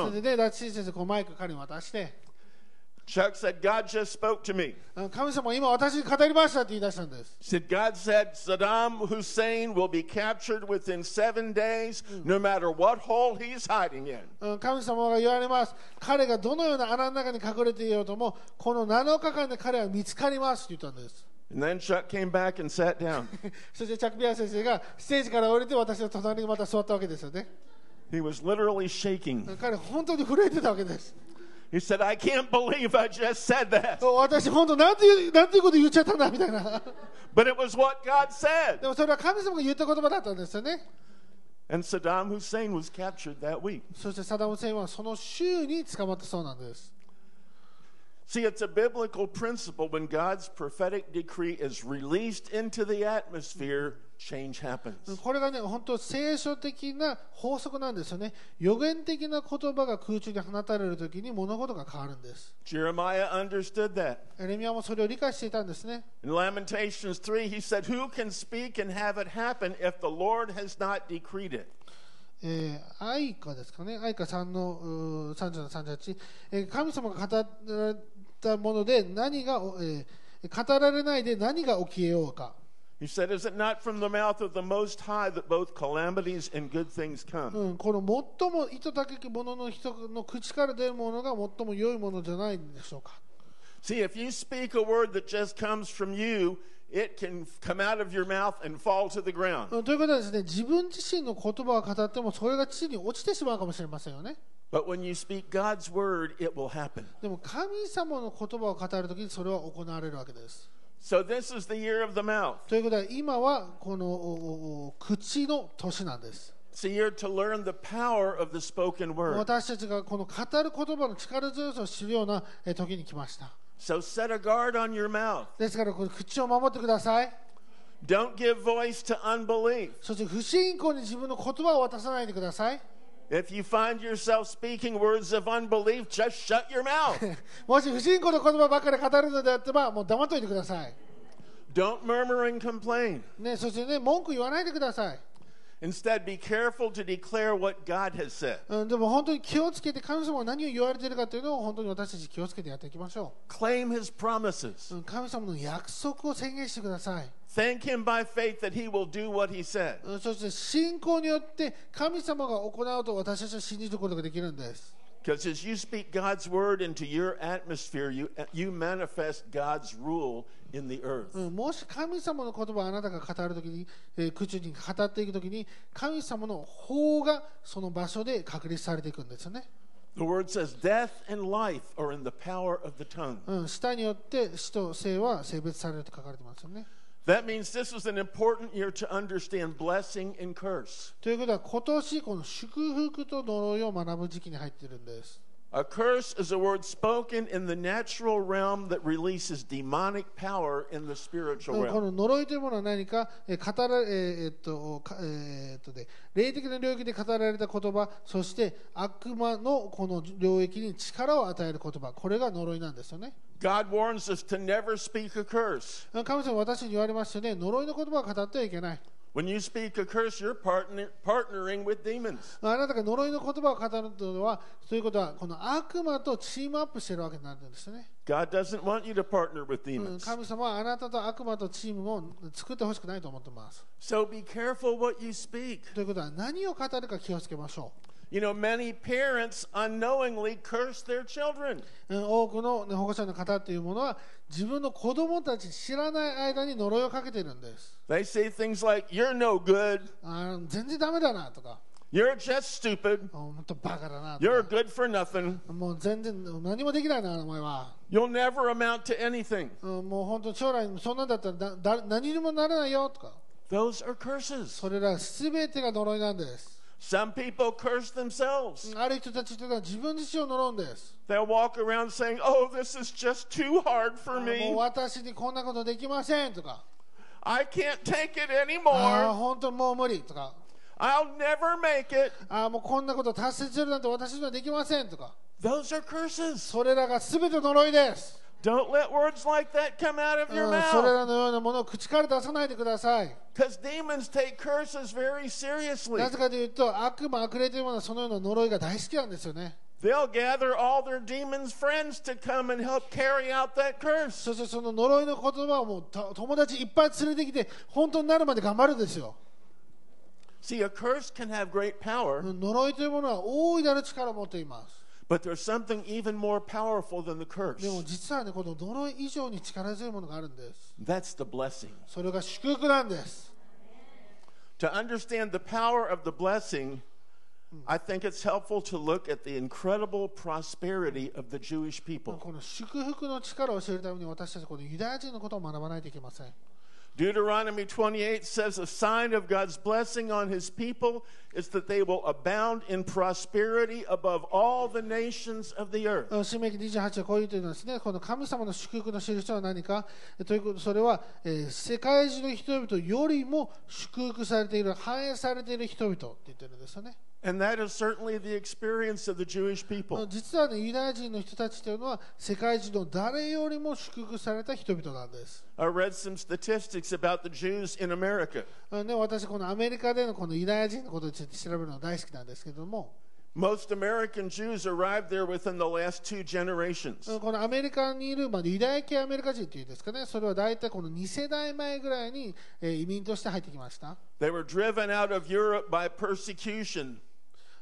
microphone. れでね、ダッチ・シーチ先生、こうマイク彼に渡して、 Chuck said, God just spoke to me. あの神様、今私に語りましたって言い出したんです。 He Said God said Saddam Hussein will be captured within seven days, no matter what hole he's hiding in. うん神様が言われます彼がどのような穴の中に隠れていようともこの7日間で彼は見つかりますって言ったんです [LAUGHS] And then Chuck came back and sat down. そしてチャック・ビア先生がステージから降りて私の隣にまた座ったわけですよね he was literally shaking. 彼本当に震えてたわけです He said, I can't believe I just said that. 私本当なんていうなんていうこと言っちゃったんだみたいな [LAUGHS] But it was what God said. でもそれは神様が言った言葉だったんですよね And Saddam Hussein was captured that week. そしてサダム・フセインはその週に捕まったそうなんです See, it's a biblical principle when God's prophetic decree is released into the atmosphere, change happens. これがね本当聖書的な法則なんですよね予言的な言葉が空中に放たれるときに物事が変わるんです Jeremiah understood that. エレミアもそれを理解していたんですね。 In Lamentations 3, he said, Who can speak and have it happen if the Lord has not decreed it? えー、アイカですかね、アイカ3のうー37、38、えー神様が語られたもので何が、おえー語られないで何が起きようか、 He said, Is it not from the mouth of the Most High that both calamities and good things come? うん、この最も意図高き者の人の口から出るものが最も良いものじゃないんでしょうか。 See, if you speak a word that just comes from you, it can come out of your mouth and fall to the ground. うんということはですね、自分自身の言葉を語っても、それが地に落ちてしまうかもしれませんよね。 But when you speak God's word, it will happen. でも神様の言葉を語るときにそれは行われるわけです。 So this is the year of the mouth. ということは今はこのおおお口の年なんです。 It's a year to learn the power of the spoken word. 私たちがこの語る言葉の力強さを知るようなえー時に来ました。 So set a guard on your mouth. ですからこの口を守ってください。 Don't give voice to unbelief. そして不信仰に自分の言葉を渡さないでください。 If you find yourself speaking words of unbelief, just shut your mouth. もし不信仰の言葉ばっかり語るのであってば、もう黙っておいてください。 Don't murmur and complain. ね、そしてね、文句言わないでください。 Instead, be careful to declare what God has said. うん、でも本当に気をつけて神様が何を言われているかというのを本当に私たち気をつけてやっていきましょ Claim his promises. う、うん、神様の約束を宣言してください、 Thank him by faith that he will do what he said. うん、そして信仰によって神様が行うと私たちは信じることができるんです Because as you speak God's word into your atmosphere, you, you manifest God's rule in the earth. うんもし神様の言葉をあなたが語るときに、えー口に語っていくときに神様の法がその場所で確立されていくんですよね、 The word says, Death and life are in the power of the tongue. うん、舌によって死と性は性別されると書かれてますよね That means this is an important year to understand blessing and curse. ということは今年この祝福と呪いを学ぶ時期に入っているんです A curse is a word spoken in the natural realm that releases demonic power in the spiritual こ realm. の呪いというものは何か、えー語らえーえーっとかえーっとね、霊的な領域で語られた言葉、そして悪魔のこの領域に力を与える言葉、これが呪いなんですよね。 God warns us to never speak a curse. 神様は私に言われましたよね、呪いの言葉を語ってはいけない。 When you speak a curse, you're partner, partnering with demons. あなたが呪いの言葉を語るというのは、ということは、この悪魔とチームアップしているわけになるんですよね。 God doesn't want you to partner with うん demons. 神様はあなたと悪魔とチームを作ってほしくないと思ってます。 So be careful what you speak. ということは、何を語るか気をつけましょう。 You know, many parents unknowingly curse their children. うん多くのね保護者の方というものは自分の子供たち知らない間に呪いをかけているんです They say things like, You're no good. あー全然ダメだなとか You're just stupid. あー本当バカだなと You're か good for nothing. もう全然何もできないなお前は、 You'll never amount to anything. うんもう本当将来そんなんだったらだだ何にもならないよとか Those are curses. それら全てが呪いなんです Some people curse う themselves. んある人たちというのは自分自身を呪うんです They'll walk around saying, Oh, this is just too あ hard for ーも me. う私にこんなことできませんとか I can't take it あー anymore. 本当もう無理とか I'll never make it. あーもうこんなこと達成するなんて私にはできませんとか Those are curses. それらが全て呪いです Don't let words like that come out of うん your それ mouth. らのようなものを口から出さないでください。 Because demons take curses very seriously. なぜかというと、悪魔、悪霊というものはそのような呪いが大好きなんですよね。 They'll gather all their demons' friends to come and help carry out that curse. そしてその呪いの言葉をもうた友達いっぱい連れてきて、本当になるまで頑張るんですよ。 See, a curse can have う great power, ん呪いというものは大いなる力を持っています。 but there's something even more powerful than the でも curse. 実はね、この呪い以上に力強いものがあるんです。 That's the blessing. それが祝福なんです。 To understand the power of the blessing, I think it's helpful to look at the incredible prosperity of the Jewish people. この祝福の力を知るために私たちこのユダヤ人のことを学ばないといけません。 Deuteronomy 28 says a sign of God's blessing on his people is that they will abound in prosperity above all the nations of the earth. 新明記28はこういうというのはですね、この神様の祝福の印は何か、えということそれは、えー世界中の人々よりも祝福されている、繁栄されている人々って言ってるんですよね。 And that is certainly the experience of the Jewish people. 実はね、ユダヤ人の人たちというのは、世界中の誰よりも祝福された人々なんです。 I read some statistics about the Jews in America. あのね、私、このアメリカでのこのユダヤ人のことについて調べるの大好きなんですけども、 Most American Jews arrived there within the last two generations. このアメリカにいる、まあ、ユダヤ系アメリカ人というんですかね、それは大体この2世代前ぐらいに、えー移民として入ってきました。 They were driven out of Europe by persecution.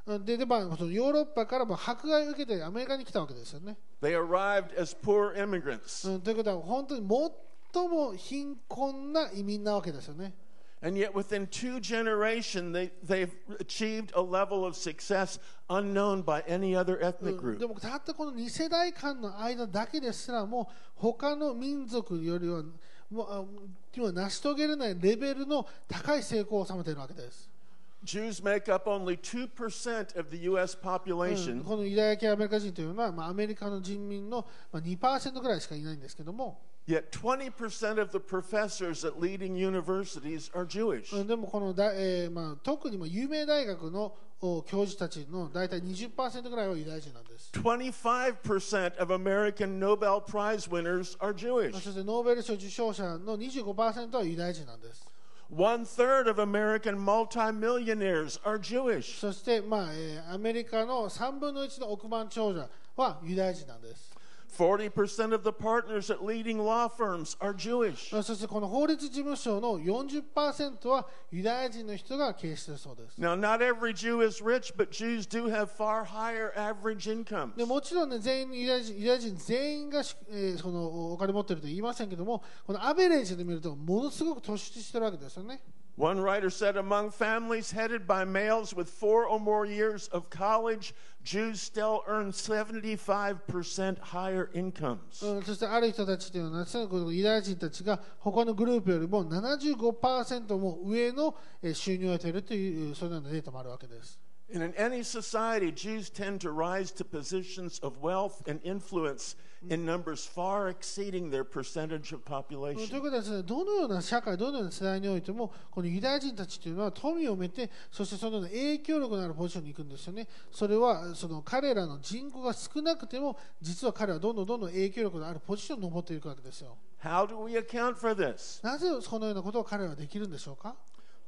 うんでで、まあ、そのヨーロッパからも迫害を受けてアメリカに来たわけですよね。 They arrived as poor immigrants. うん、ということは本当に最も貧困な移民なわけですよね And yet, within two generations, they, they've achieved a level of success unknown by any other ethnic で group. もたったこの2世代間の間だけですらもう他の民族よりはもうあ今成し遂げれないレベルの高い成功を収めているわけです、 Jews make up only 2% of the U.S. うん population, このユダヤ系アメリカ人というのは、まあ、アメリカの人民のまあ2%ぐらいしかいないんですけども yet 20% of the professors at leading universities are Jewish. うんでもこのだ、えーまあ、特にもう有名大学のお教授たちの大体20%ぐらいはユダヤ人なんです25% of American Nobel Prize winners are Jewish. そしてノーベル賞受賞者の25%はユダヤ人なんです。 One third of American multimillionaires are Jewish. そして、まあえーアメリカの3分の1の億万長者はユダヤ人なんです。 40% of the partners at leading law firms are Jewish. そしてこの法律事務所の40%はユダヤ人の人が経営しているそうです。 Now, not every Jew is rich, but Jews do have far higher average incomes. でもちろんね、全員ユダヤ人ユダヤ人全員がし、えーそのお金持ってるとは言いませんけども、このアベレージで見ると、ものすごく突出してるわけですよね。 One writer said among families headed by males with four or more years of college, Jews still earn 75% higher incomes. うん、そしてある人たちというのはそのユダヤ人たちが他のグループよりも75%も上のえー収入を得ているというそういうようなデータもあるわけです。 And in any society, Jews tend to rise to positions of wealth and influence in numbers far exceeding their percentage うんという of population. ことはです、ね、どのような社会、どのような世代においてもこのユダヤ人たちというのは富を埋めてそしてそのような影響力のあるポジションに行くんですよね。それはその彼らの人口が少なくても実は彼はどんどんどんどん影響力のあるポジションに上っていくわけですよ。 How do we account for this? なぜそのようなことを彼らはできるんでしょうか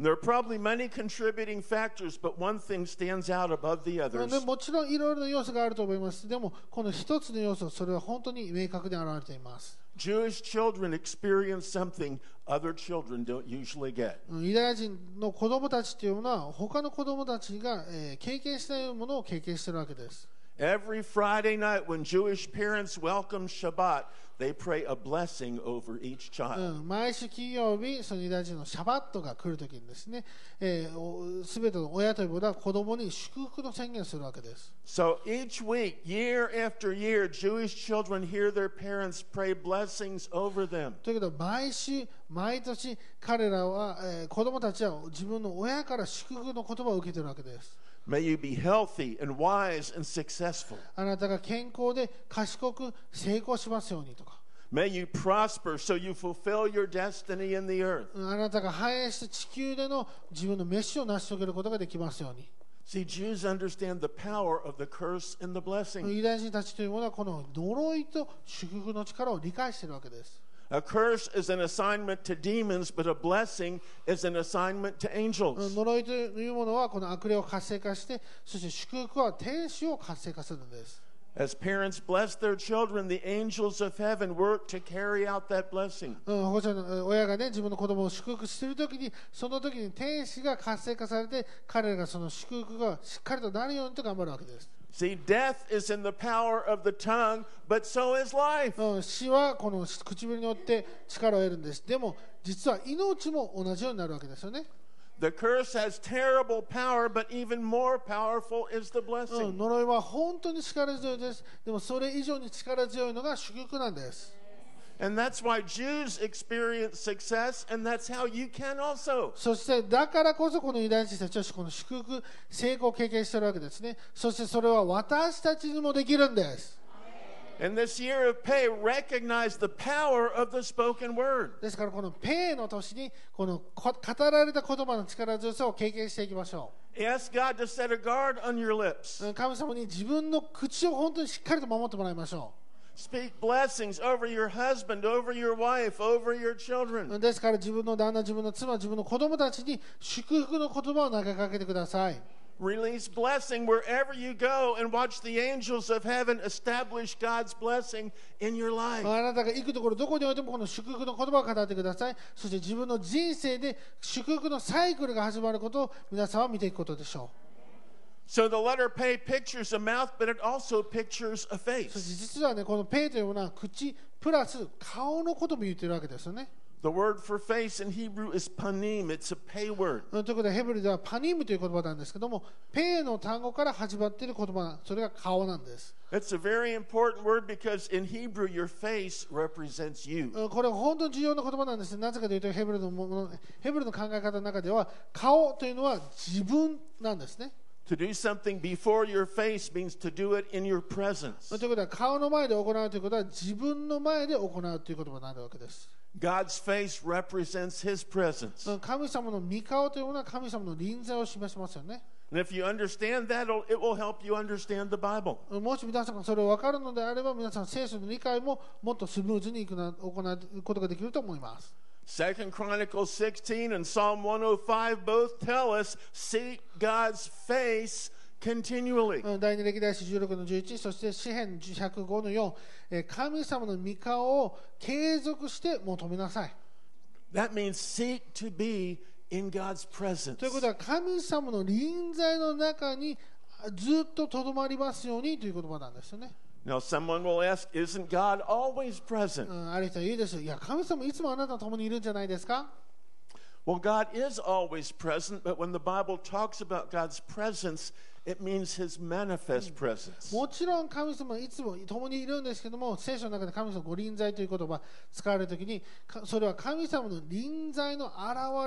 There are probably many contributing factors, but one thing stands out above the まあ others. ね、もちろんいろいろな要素があると思います。でも、この一つの要素、それは本当に明確に表れています。 Jewish children experience something other children don't usually get. うんユダヤ人の子供たちというのは、他の子供たちが、えー経験しないものを経験しているわけです。 Every Friday night, when Jewish parents welcome Shabbat, they pray a blessing over each う child. ん、毎週金曜日、そのユダヤ人のシャバットが来るときにですね、えーお全ての親というものは子供に祝福の宣言をするわけです。 So each week, year after year, Jewish children hear their parents pray blessings over them. ということは毎週、毎年、彼らは、えー子供たちは自分の親から祝福の言葉を受けているわけです。 May you be healthy and wise and successful. あなたが健康で賢く成功しますようにとか、 May you prosper so you fulfill your destiny in the earth. うんあなたが繁栄して地球での自分の飯を成し遂げることができますように。 See, Jews understand the power of the curse and the blessing. ユダヤ人たちというものはこの呪いと祝福の力を理解しているわけです。 A curse is an assignment to demons, but a blessing is an assignment to うん angels. 呪いというものはこの悪霊を活性化して、そして祝福は天使を活性化するんです。 As parents bless their children, the angels of heaven work to carry out that blessing. うん、保護者のうん親がね、自分の子供を祝福しているときに、その時に天使が活性化されて、彼らがその祝福がしっかりとなるようにと頑張るわけです。 See, death is in the power of the tongue, but so is life. うん死はこの唇によって力を得るんですでも実は命も同じようになるわけですよね、 The curse has terrible power, but even more powerful is the う blessing. ん、呪いは本当に力強いですでもそれ以上に力強いのが祝福なんです And that's why Jews experience success, and that's how you can also. そしてだからこそこのユダヤ人たちはこの祝福成功を経験しているわけですねそしてそれは私たちにもできるんです And this year of pay, recognize the power of the spoken word. ですからこのペイの年にこのこ語られた言葉の力強さを経験していきましょ Ask God to set a guard on your lips. ううん神様に自分の口を本当にしっかりと守ってもらいましょう Speak blessings over your husband, over your wife, over your children. ですから自分の旦那、自分の妻、自分の子供たちに祝福の言葉を投げかけてください。 Release blessing wherever you go and watch the angels of heaven establish God's blessing in your life. あなたが行くところどこにおいてもこの祝福の言葉を語ってください。そして自分の人生で祝福のサイクルが始まることを皆さんは見ていくことでしょ So the letter pay pictures a mouth, but it also pictures a う。 face. 実はね、このペイというものは口、プラス顔のことも言ってるわけですよね。 The word for face in Hebrew is panim. It's a pay word. うんということでヘブルではパニームという言葉なんですけどもペーの単語から始まっている言葉なそれが顔なんです、 It's a very important word because in Hebrew, your face represents you. うんこれは本当に重要な言葉なんですなぜかというとヘブルのものヘブルの考え方の中では顔というのは自分なんですね To do something before your face means to do it in your presence. うんということは顔の前で行うということは自分の前で行うという言葉になるわけです God's face represents His presence. うん神様の御顔というものは神様の臨在を示しますよね And if you understand that, it'll- it will help you understand the Bible. うんもし皆さんがそれを分かるのであれば皆さん聖書の理解ももっとスムーズにいくな行うことができると思います Second Chronicles 16 and Psalm 105 both tell us seek God's face continually. うん第二歴代史16の11そして詩篇105の4えー神様の御顔を継続して求めなさい That means seek to be in God's presence. ということは神様の臨在の中にあずっととどまりますようにという言葉なんですよね、 Now, someone will ask, Isn't God always う present? ん、ある人は言うですよいや神様いつもあなたと共にいるんじゃないですか Well, God is always present, but when the Bible talks about God's presence, it means His manifest presence. もちろん神様はいつも共にいるんですけども聖書の中で神様のご臨在という言葉使われるときにかそれは神様の臨在の現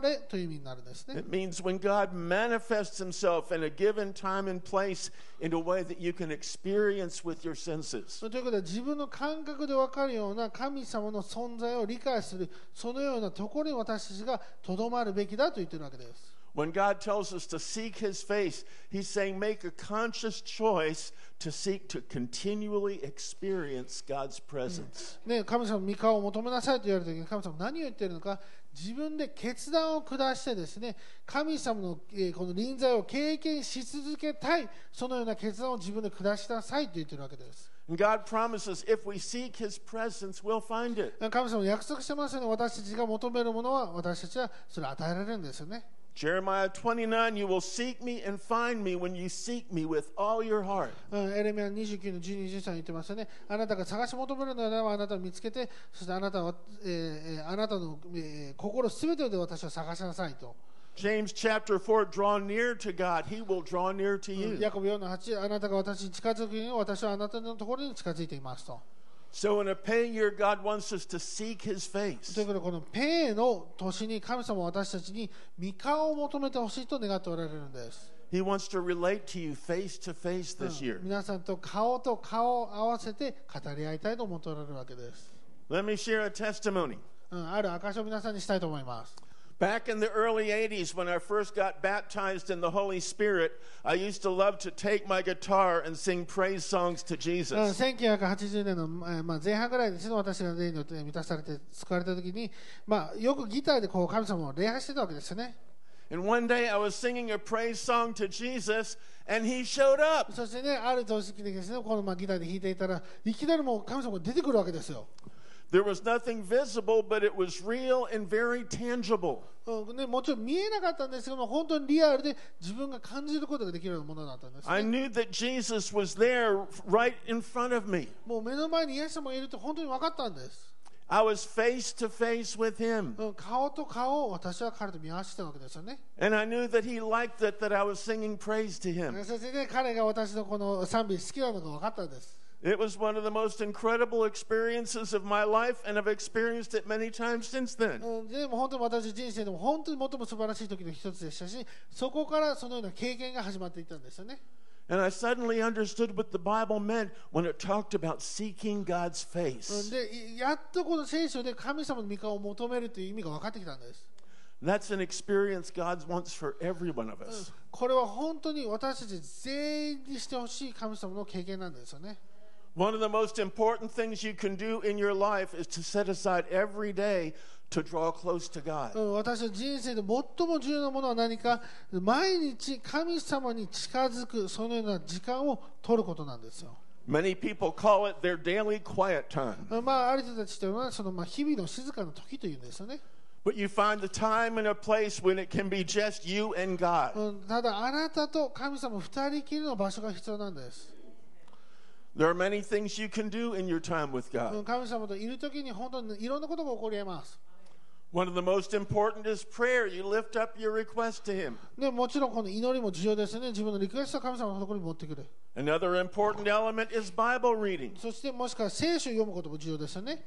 れという意味になるんですね It means when God manifests himself in a given time and place in a way that you can experience with your senses. ということは自分の感覚で分かるような神様の存在を理解するそのようなところに私たちがとどまるべきだと言ってるわけです When God tells us to seek his face, he's saying make a conscious choice to seek to continually experience God's presence. ね、神様の御顔を求めなさいと言われた時に神様何を言ってるのか自分で決断を下してですね神様の、えーこの臨在を経験し続けたいそのような決断を自分で下しなさいと言ってるわけです And God promises if we seek his presence, we'll find it. 神様約束してますよね私たちが求めるものは私たちはそれを与えられるんですよね Jeremiah 29 You will seek me and find me when you seek me with all your heart. うん、エレミア29の12、13言ってますよね。あなたが探し求めるのであればあなたを見つけて、そしてあなたは、えーえーあなたの、えー心すべてで私を探しなさいと。 James chapter 4 Draw near to God, he will draw near to you. ヤコブ4の8、あなたが私に近づくように私はあなたのところに近づいていますと。 So in a pay year, God wants us to seek His という face. ことで、このペーの年に神様は私たちに御顔を求めてほしいと願っておられるんです。 He wants to relate to you face to face this year. 皆さんと顔と顔を合わせて語り合いたいと思っておられるわけです。 Let me share a testimony. うん、ある証を皆さんにしたいと思います。 Back in the early 80s, when I first got baptized in the Holy Spirit, I used to love to take my guitar and sing praise songs to うん Jesus. 1980年の、えーまあ、前半ぐらいですね、私が霊によって満たされて救われた時に、まあ、よくギターでこう神様を礼拝してたわけですよね。 And one day I was singing a praise song to Jesus, and He showed up. そしてね、ある年でですね、このまあギターで弾いていたら、いきなりもう神様が出てくるわけですよ。 There was nothing visible, but it was real and very tangible. うんね、もちろん見えなかったんですけども、本当にリアルで自分が感じることができるようなものだったんです、 I ね。 knew that Jesus was there right in front of me. もう目の前にイエス様がいるって本当に分かったんです。 I was face to face with him. うん、顔と顔を私は彼と見合わせてたわけですよね。 And I knew that he liked it that I was singing praise to うん him. そしてね、彼が私のこの賛美好きなのが分かったんです。 It was one of the most incredible experiences of my life, and I've experienced it many times since then. うんでも本当に私人生でも本当に最も素晴らしい時の一つでしたしそこからそのような経験が始まっていったんですよね And I suddenly understood what the Bible meant when it talked about seeking God's うん face. でいやっとこの聖書で神様の御顔を求めるという意味が分かってきたんです That's an experience God wants for every one of us. これは本当に私たち全員にしてほしい神様の経験なんですよね One of the most important things you can do in your life is to set aside every day to draw close to う God. ん私の人生で最も重要なものは何か毎日神様に近づくそのような時間を取ることなんですよ Many people call it their daily quiet time. うんまあある人たちというのはそのまあ日々の静かな時というんですよね But you find the time and a place when it can be just you and God. うんただあなたと神様二人きりの場所が必要なんです。 There are many things you can do in your time with うん God. 神様といる時に本当にいろんなことが起こり得ます。 One of the most important is prayer. You lift up your request to Him. でもちろんこの祈りも重要ですね。自分のリクエストを神様のところに持ってくる。 Another important element is Bible reading. そしてもしかしたら聖書を読むことも重要ですよね。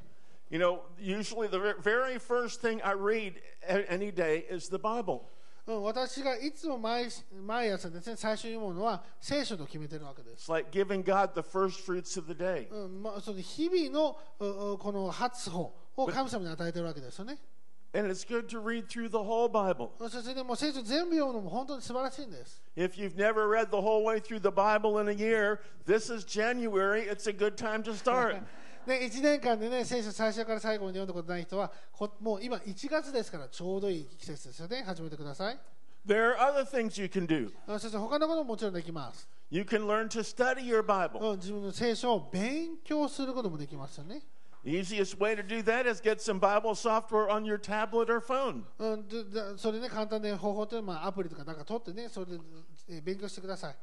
You know, usually the ver- very first thing I read a- any day is the Bible. うん、私がいつも毎毎朝ですね、最初に読むのは聖書と決めてるわけです。 It's like giving God the first fruits of the day. うんまあ、その日々のううこの発歩を神様に与えてるわけですよね。 And it's good to read through the whole Bible. そしてでも聖書全部読むのも本当に素晴らしいんです。 If you've never read the whole way through the Bible in a year, this is January. It's a good time to start. ね、1年間でね、聖書最初から最後まで読んだことない人は、こもう今1月ですからちょうどいい季節ですよね。始めてください。 there are other things you can do. あ先生、他のことももちろんできます。 You can learn to study your Bible. うん、自分の聖書を勉強することもできますよね。 The easiest way to do that is get some Bible software on your tablet or phone. うん、ででそれね、簡単な方法というのは、まあ、アプリとかなんか取ってね、それでえー勉強してください。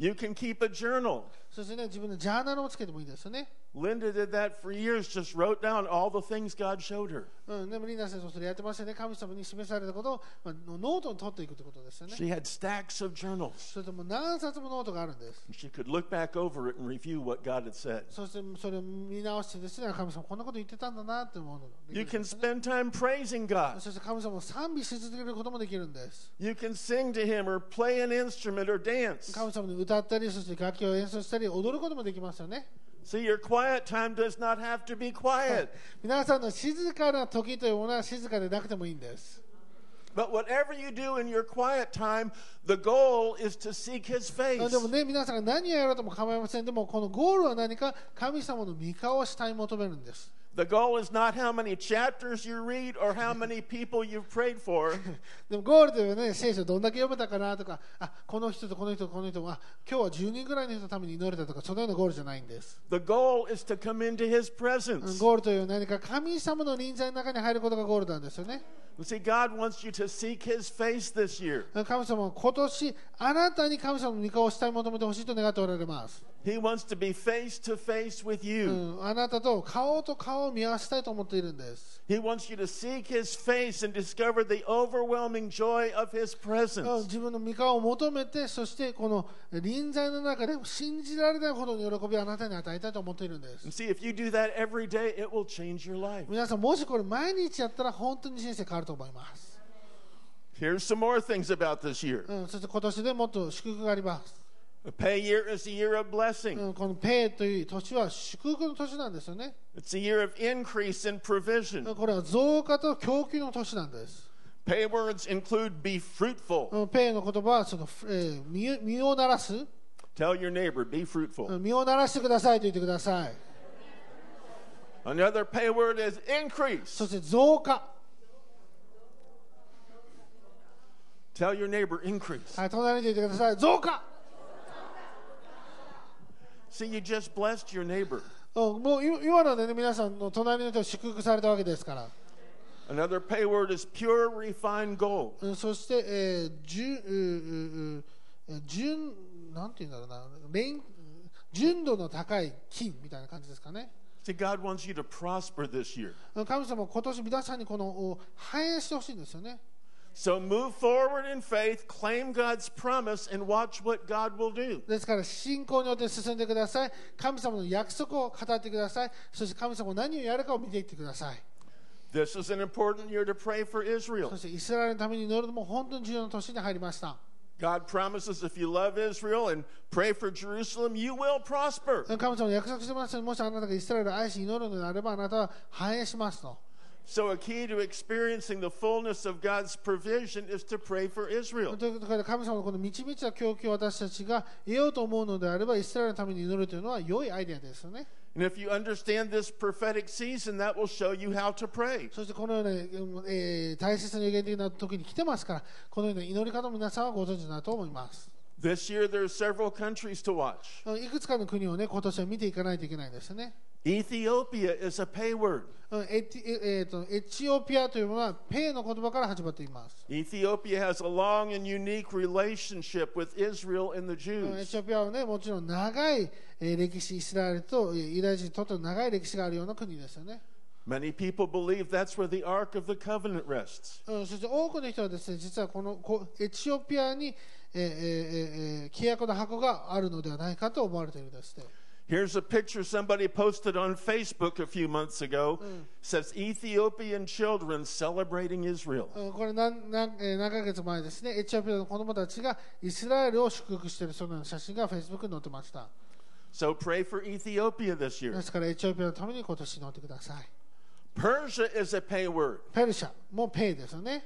You can keep a journal. そしてね、自分のジャーナルをつけてもいいですよね。 Linda did that for years, just wrote down all the things God showed her. うん、でもリーナ先生もそれやってましたよね。神様に示されたことを、まあ、ノートに取っていくということですよね。 She had stacks of journals. それともう何冊もノートがあるんです。 She could look back over it and review what God had said. そしてそれを見直してですね、神様こんなこと言ってたんだなって思うのができる You ん can ですよね spend time praising God. そして神様を賛美し続けることもできるんです。 You can sing to Him or play an instrument or dance. 神様に歌ったり、そして楽器を演奏したり、踊ることもできますよね。 See, your quiet time does not have to be quiet. 皆さんの静かな時というものは静かでなくてもいいんです。 But whatever you do in your quiet time, the goal is to seek His あ face. でもね、皆さんが何をやろうとも構いません。でも、このゴールは何か、神様の御顔を下に求めるんです。 The goal is not how many chapters you read or how many people you've prayed for. でも、ゴールというのはね、聖書どんだけ読めたかなとか、あこの人とこの人とこの人は、今日は10人ぐらいの人のために祈れたとか、そのようなゴールじゃないんです。 The goal is to come into His うん presence. ゴールというのは何か、神様の臨在の中に入ることがゴールなんですよね。 See, God wants you to seek His face this year. 神様は今年、あなたに神様の御顔を下に求めてほしいと願っておられます。 He wants to be face to face with う you. ん、あなたと顔と顔を見合わせたいと思っているんです。 He wants you to seek His face and discover the overwhelming joy of His うん presence. 自分の御顔を求めてそしてこの臨在の中で信じられないほどの喜びをあなたに与えたいと思っているんです And see, if you do that every day, it will change your life. 皆さんもしこれ毎日やったら本当に人生変わると思います、 Here's some more things about this year. うん、そして今年でもっと祝福があります、 A pay year is a year of う blessing. ん、このペイという年は祝福の年なんですよね It's a year of increase in うん provision. これは増加と供給の年なんです、 Pay words include be う fruitful. ん、ペイの言葉はその、えー身を身を鳴らす Tell your neighbor, be う fruitful. ん身を鳴らしてくださいと言ってください Another pay word is increase. そして増加 Tell your neighbor, increase. はい隣で言ってください増加 See, you just blessed your neighbor. うん、もう今今のでね皆さんの隣の人を祝福されたわけですから、 Another pay word is pure, refined gold. うん、そして、えー、じゅうううう純なんていうんだろうな連純度の高い金みたいな感じですかね See, God wants you to prosper this year. うん神様は今年皆さんにこのお反映してほしいんですよね So move forward in faith, claim God's promise, and watch what God will do. ですから信仰によって進んでください神様の約束を語ってくださいそして神様が何をやるかを見ていってください This is an important year to pray for そ Israel. してイスラエルのために祈るのも本当に重要な年に入りました God promises if you love Israel and pray for Jerusalem, you will prosper. 神様は約束してますよもしあなたがイスラエルを愛し祈るのであればあなたは反映しますと So, a key to experiencing the fullness of God's provision is to pray for Israel. ということから神様のこの満ち満ちた供給を私たちが得ようと思うのであればイスラエルのために祈るというのは良いアイデアですよね And if you understand this prophetic season, that will show you how to pray. そしてこのような、うんえー大切な予言的な時に来てますからこのような祈り方も皆さんはご存知だと思います This year, there are several countries to watch. いくつかの国をね今年は見ていかないといけないですね Ethiopia is a pay word. うんエチええーとエチオピアというものはペイの言葉から始まっています、 Ethiopia has a long and unique relationship with Israel and the うんエ Jews. チオピアはねもちろん長い、えー歴史イスラエルとえーユダヤ人にとっての長い歴史があるような国ですよね、 Many people believe that's where the Ark of the Covenant rests. うん、そして多くの人はですね実はこのこエチオピアに、えーえーえーえー契約の箱があるのではないかと思われているんですね Here's a picture somebody posted on Facebook a few months ago. Says Ethiopian children celebrating Israel. うんこれ何何、えー何ヶ月前ですね、エチオピアの子供たちがイスラエルを祝福しているそのような写真がフェイスブックに載ってました。 So pray for Ethiopia this で year. すからエチオピアのために今年載ってください。 Persia is a pay word. ペルシャもペイですよね。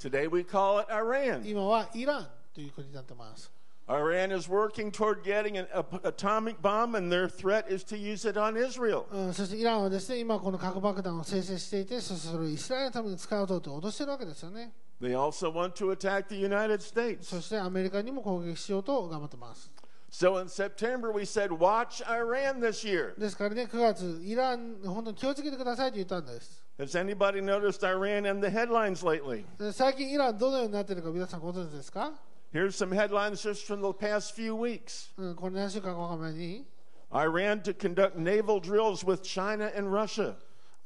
Today we call it Iran. 今はイランという国になってます。 Iran is working toward getting an ap- atomic bomb, and their threat is to use it on Israel. うん、そしてイランはですね、今この核爆弾を生成していて、そしてそれをイスラエルのために使うぞと脅してるわけですよね。 They also want to attack the United そ States. してアメリカにも攻撃しようと頑張ってます。 So in September, we said, Watch Iran this year. ですからね、9月、イラン、本当に気をつけてくださいと言ったんです。 Has anybody noticed Iran in the headlines lately? で最近イランどのようになっているか皆さんご存知ですか Here's some headlines just from the past few weeks うん、これ何週間かわかんないに、 Iran to conduct naval drills with China and Russia.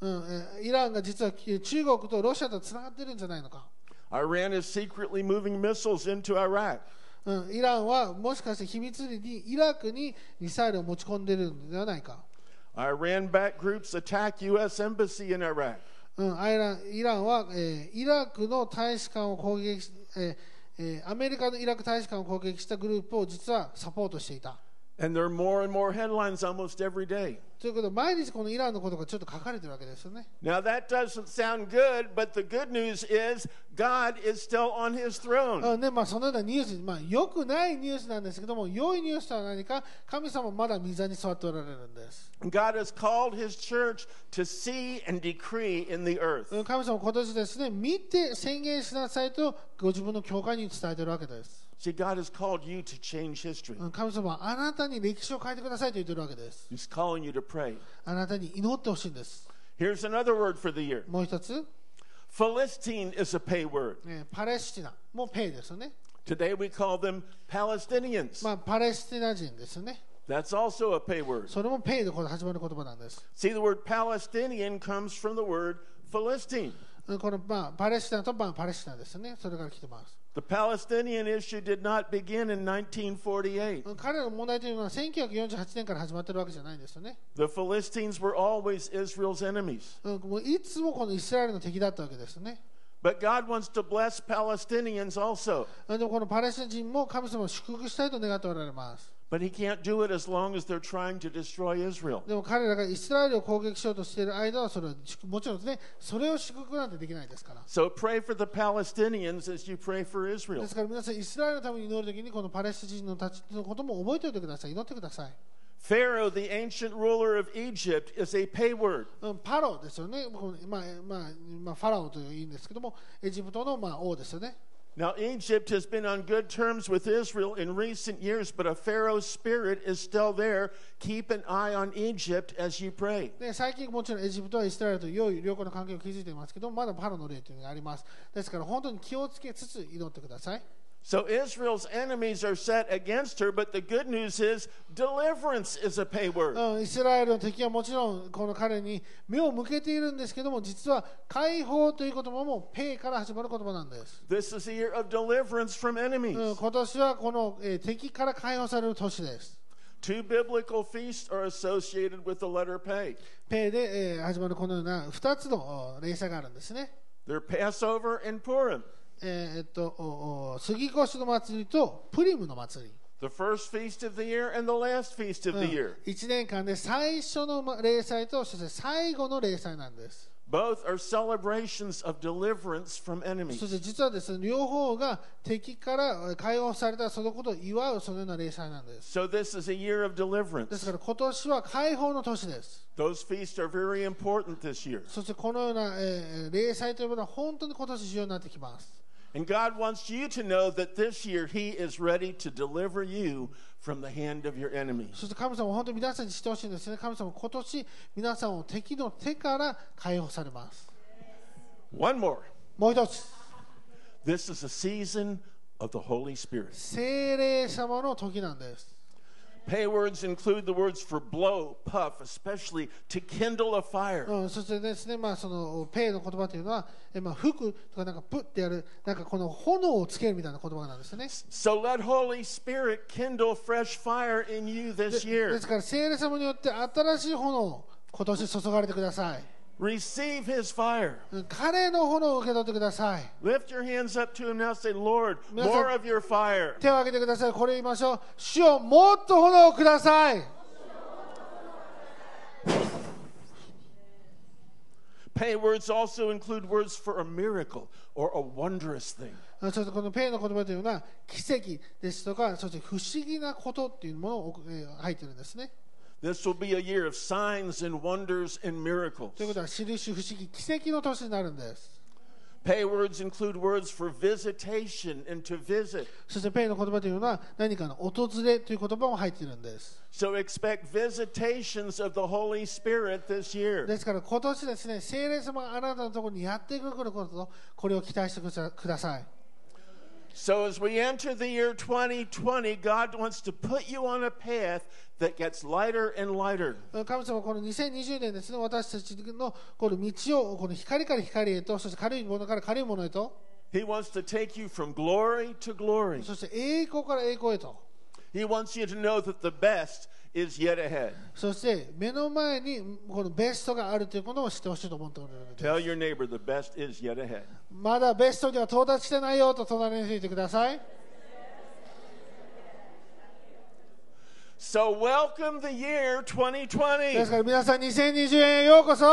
うんえーイランが実はき中国とロシアとつながってるんじゃないのか、 Iran is secretly moving missiles into Iraq. うん、イランはもしかして秘密裏にイラクにミサイルを持ち込んでるんではないか、 Iran backed groups attack U.S. Embassy in Iraq. うん、アイランイランは、えーイラクの大使館を攻撃し、えーえーアメリカのイラク大使館を攻撃したグループを実はサポートしていた And there are more and more headlines almost every day. ということで毎日このイランのことがちょっと書かれてるわけですよね Now, that doesn't sound good, but the good news is God is still on his throne. うんねまあ、そのようなニュース、まあ、良くないニュースなんですけども良いニュースとは何か神様まだ座に座っておられるんです、 God has called his church to see and decree in the earth. うん神様今年ですね見て宣言しなさいとご自分の教会に伝えてるわけです、 See, God has called you to change history. うん神様はあなたに歴史を変えてくださいと言ってるわけです He's calling you to pray. あなたに祈ってほしいんです Here's another word for the year もう一つ、 Philistine is a pay word. ねパレスチナもうペイですよね、 Today we call them Palestinians. まあ、パレスチナ人ですよね That's also a pay word. それもペイでこれ始まる言葉なんです、 See, the word Palestinian comes from the word Philistine. うんこの、まあ、パレスチナと、まあ、パレスチナですよねそれから来てます、 The Palestinian issue did not begin in 1948. うん彼らの問題というのは1948年から始まってるわけじゃないんですよね、 The Philistines were always Israel's enemies. うんもういつもこのイスラエルの敵だったわけですよね But God wants to bless Palestinians also. でもこのパレスチナ人も神様を祝福したいと願っておられます。 But He can't do it as long as they're trying to destroy Israel. でも彼らがイスラエルを攻撃しようとしている間はそれは祝もちろんですね、それを祝福なんてできないですから。 So pray for the Palestinians as you pray for で Israel. すから皆さん、イスラエルのために祈るときに、このパレスチナ人のたちのことも覚えておいてください、祈ってください。 Pharaoh, the ancient ruler of Egypt, is a pay word. うん、パロですよね、このまあまあまあ、ファラオというんですけども、エジプトのまあ王ですよね。 Now, Egypt has been on good terms with Israel in recent years, but a Pharaoh's spirit is still there. Keep an eye on Egypt as you pray. で最近もちろんエジプトはイスラエルと良い良好な関係を築いていますけどまだパロの例というのがありますですから本当に気をつけつつ祈ってください So Israel's enemies are set against her, but the good news is deliverance is a pay word. うん、イスラエルの敵はもちろんこの彼に目を向けているんですけども実は解放という言葉もペイから始まる言葉なんです、 This is the year of deliverance from うん enemies. 今年はこの、えー敵から解放される年です Two biblical feasts are associated with the letter pay. ペイで、えー始まるこのような2つのお連鎖があるんですね They're Passover and Purim. えーえっとおお杉越の祭りとプリムの祭り The first feast of the year and the last feast of うん the year. 1年間で最初のま例祭とそして最後の例祭なんです Both are celebrations of deliverance from そし enemies. て実はですね両方が敵からえー解放されたそのことを祝うそのような例祭なんです So this is a year of です deliverance. から今年は解放の年です。 Those feasts are very important this year. そしてこのような、えー、えー例祭というものは本当に今年重要になってきます。 And God wants you to know that this year He is ready to deliver you from the hand of your enemies. そして神様は本当に皆さんに知ってほしいんですね。神様は今年皆さんを敵の手から解放されます。 One more. もう一つ、 This is a season of the Holy Spirit. 聖霊様の時なんです。 Pay words include the words for blow, puff, especially to kindle a fire. うん、そしてですね、まあ、そのペイの言葉というのは、えまあ、服とかなんかプってやる、なんかこの炎をつけるみたいな言葉なんですね。 So let Holy Spirit kindle fresh fire in you this で year. すから聖霊様によって新しい炎を今年注がれてください Receive His fire. うん彼の炎を受け取ってください Lift your hands up to Him now. Say, Lord, Yes, more I- of your fire. 手を挙げてくださいこれ言いましょう主よもっと炎をください Pay words also include words for a miracle or a wondrous thing. うんそしてこのペイの言葉というのは奇跡ですとかそして不思議なことっていうものを、えー入ってるんですね This will be a year of signs and wonders and miracles. ということは印不思議奇跡の年になるんです Pay words include words for visitation and to visit. そしてペイの言葉というのは何かの訪れという言葉も入ってるんです So expect visitations of the Holy Spirit this year. ですから今年ですね聖霊様があなたのところにやってくることこれを期待してくだください So as we enter the year 2020, God wants to put you on a path that gets lighter and lighter. 神様はこの2020年ですね私たちのこの道をこの光から光へとそして軽いものから軽いものへと He wants to take you from glory to glory. そして栄光から栄光へと He wants you to know that the best is yet ahead. そして目の前にこのベストがあるということを知ってほしいと思っておるので Tell your neighbor the best is yet ahead. まだベストには到達してないよと隣についてください So welcome the year 2020. ですから皆さん2020円へようこそ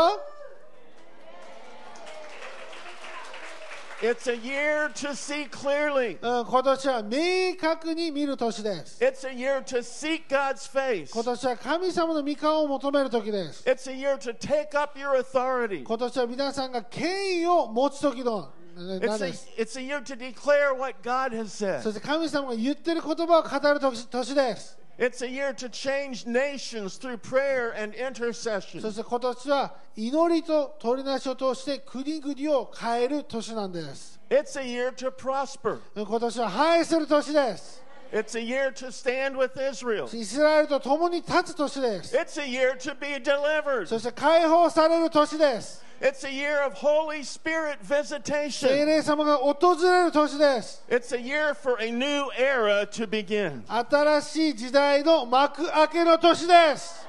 It's a year to see clearly. うん今年は明確に見る年です It's a year to seek God's face. 今年は神様の御顔を求める時です It's a year to take up your authority. 今年は皆さんが権威を持つ時のなん It's で a, す it's a year to declare what God has そ said. して神様が言ってる言葉を語る年年です It's a year to change nations through prayer and そ intercession. して今年は祈りと取りなしを通して国々を変える年なんです。 It's a year to prosper. 今年は繁栄する年です。 It's a year to stand with Israel. イスラエルと共に立つ年です。 It's a year to be delivered. そして解放される年です。 It's a year of Holy Spirit 聖 visitation. 霊様が訪れる年です。 It's a year for a new era to begin. 新しい時代の幕開けの年です。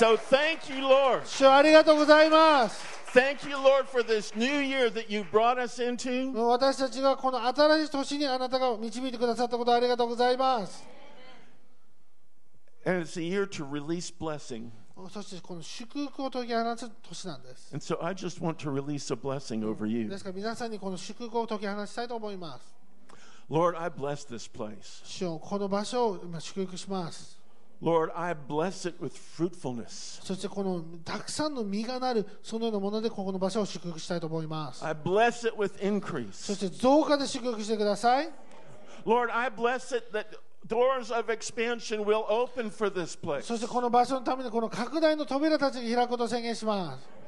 So thank you, Lord. 主よありがとうございます。 Thank you, Lord, for this new year that you brought us into. もう私たちがこの新しい年にあなたが導いてくださったことありがとうございます。 And it's a year to release blessing. そしてこの祝福を解き放つ年なんです。 And so I just want to release a blessing over で you. すから皆さんにこの祝福を解き放したいと思います。 Lord, I bless this place. 主よこの場所を今祝福します。 Lord, I bless it with fruitfulness. そしてこのたくさんの実がなるそのようなものでここの場所を祝福したいと思います。 I bless it そ with し increase. て増加で祝福してください。 Lord, I bless it that doors of expansion will open for this place. そしてこの場所のためにこの拡大の扉たちが開くことを宣言します。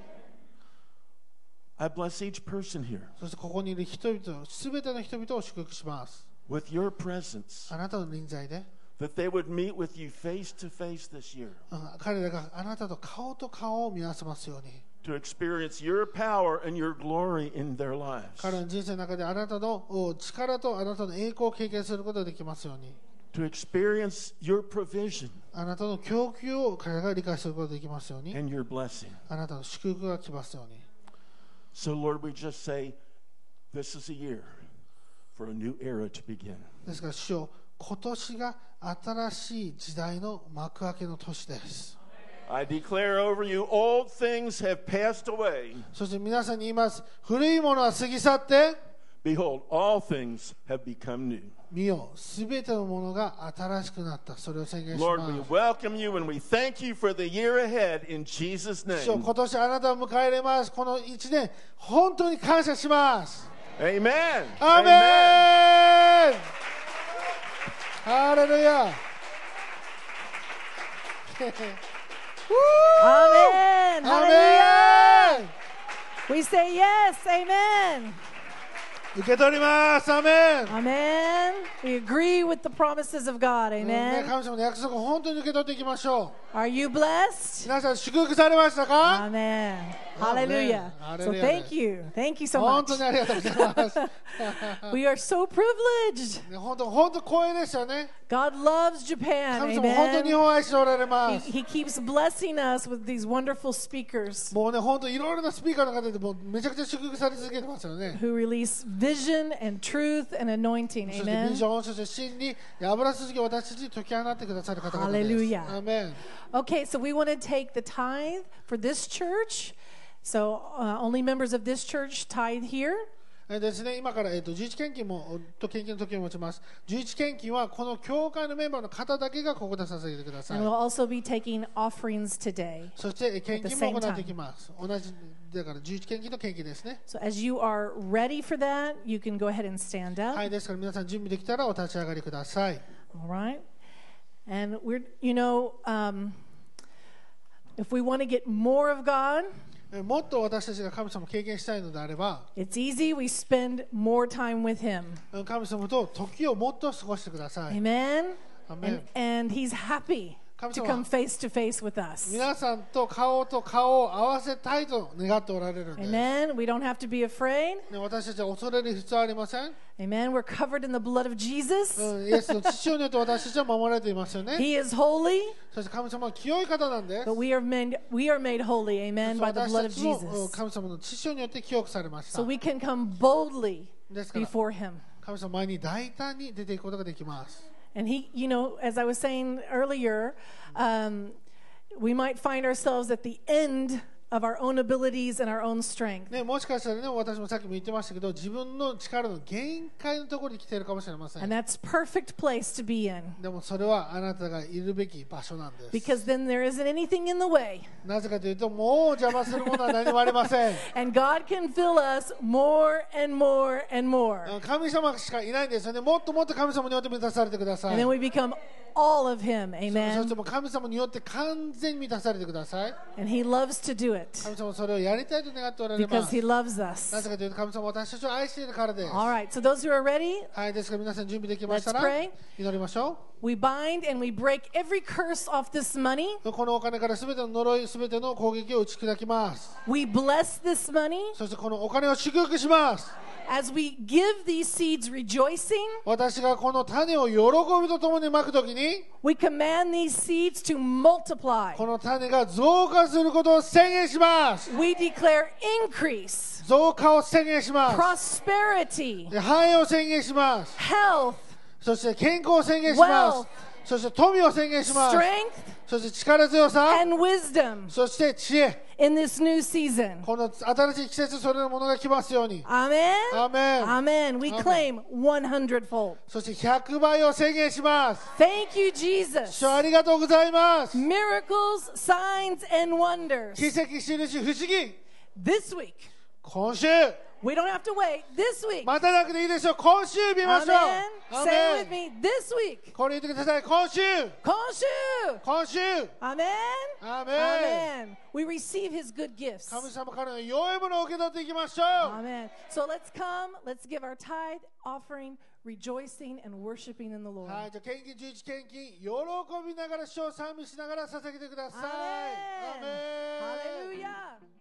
I bless each person here そしてここにいる人々、すべての人々を祝福します。 with your presence, あなたの臨在で、 that they would meet with you face to face this year, うん彼らがあなたと顔と顔を見合わせますように。 to experience your power and your glory in their lives. 彼らの人生の中であなたのお力とあなたの栄光を経験することができますように。 to experience your provision あなたの供給を彼らが理解することができますように、 and your blessing. あなたの祝福が来ますように。 So, Lord, we just say, this is a year for a new era to begin. ですから、主よ今年が新しい時代の幕開けの年です。 I declare over you, old things have passed away. そして皆さんに言います、古いものは過ぎ去って、 Behold, all things have become new. 見よ、すべてのものが新しくなった。それを宣言し Lord, we ます。 welcome you and we thank you for the year ahead in Jesus' 主よ name. 今年あなたを迎え入れます。この1年、本当に感謝します。 Amen. アーメンハレルヤ Amen. ア Hallelujah. ーメン We say yes. Amen. 受け取りますアーメン Amen. We agree with the promises of God. ね Amen. 神様の約束を本当に受け取っていきましょ Are you う blessed? 皆さん祝福されましたか Amen. Hallelujah. So Hallelujah. thank you. Thank you so 本 much. 当にありがとうございます We are so privileged. ね本当本当光栄でしたね God loves Japan. 神様本当に日 Amen. 本を愛しておられま He, す he keeps blessing us with these wonderful speakers もうね本当いろいろなスピーカーの方でもうめちゃくちゃ祝福され続けてますよね who release vision and truth and anointing. そしてビ Amen. ジョン、そして真理、油すすぎを私たちに解き放ってくださる方々です。 Hallelujah. アーメン Okay, so we want to take the tithe for this church. So uh, only members of this church tithe here. えーですね、今から、えー、と11献金もと献金の時を持ちます。11献金はこの教会のメンバーの方だけがここで捧げてくださ And we'll い。 also be taking offerings today. そしてえー献 At the 金 same も行っていきます。同じだから11献金と献金ですね。 So as you are ready for that, you can go ahead and stand up. はい、ですから皆さん準備できたらお立ち上がりください。 All right. And we're, you know, um, if we want to get more of God, えーもっと私たちが神様を経験したいのであれば、 it's easy. We spend more time with Him. うん神様と時をもっと過ごしてください。 Amen. アーメ And, ン and He's happy Come to to come us. face to face with us. 皆さんと顔と顔を合わせたいと願っておられるんです。 Amen. We don't have to be afraid. ね私たちは恐れる必要はありません、 Amen. We're covered in the blood of Jesus. うん、イエスの父親によって私たちは守られていますよね [LAUGHS] He is holy, そして神様は清い方なんです but we are made we are made holy. Amen. そ By the Oh, 私 blood た of ち Jesus. もうん神様の父親によって清くされました So we can come boldly ですから before Him. 神様の前に大胆に出ていくことができます And he, you know, as I was saying earlier, um, we might find ourselves at the end of our own abilities and our own strength. ね、もしかしたらね、私もさっきも言ってましたけど、自分の力の限界のところに来ているかもしれませ And ん。 that's perfect place to be in でもそれはあなたがいるべき場所なんです。 because then there isn't anything in the way. なぜかというと、もう邪魔するものは何もありません。 [LAUGHS] And God can fill us more and more and more. 神様しかいないんですよね。もっともっと神様によって満たされてください And。then we become all of him. そして Amen. もう神様によって完全に満たされてください。 And he loves to do it 神様はそれをやりたいと願っておられま because す he。loves なぜ us. かというと神様は私たちを愛しているからです。 All right. So those who are ready, はい、ですから皆さん準備できましたら Let's pray. 祈りましょ we bind and we break every curse off this money. う。このお金からすべての呪い、すべての攻撃を打ち砕きます。 We bless this money. そしてこのお金を祝福します。 As we give these seeds rejoicing, 私がこの種を喜びとともにまくときに、 we command these seeds to multiply. この種が増加することを宣言します。 We declare increase, 増加を宣言しま prosperity, す。繁栄を宣言します。 health, そして健康を宣言します。そして富を宣言します。 strength, そして力強さ、 and wisdom そして知恵、 in this new season. この新しい季節、それのものが来ますように、 Amen. アーメン Amen. We claim Amen. 100 fold. そして100倍を宣言します。 Thank you, Jesus. 主ありがとうございます。 Miracles, signs, and wonders. 奇跡、印、不思議、 This week, 今週、 we don't have to wait. This week. またなくていいでしょう、今週見ましょう Amen.。ア Say it ー with メン me. This week. これ言ってください、今週、今週。今週、 Amen. Amen. Amen. We receive his good gifts. 神様からの良いものを受け取っていきましょう。 Amen. So let's come, let's give our tithe, offering, rejoicing, and worshiping in the Lord. はい、じゃあ、献金、11献金、喜びながら、主を賛美しながら捧げてください。 Amen. アーメン Hallelujah.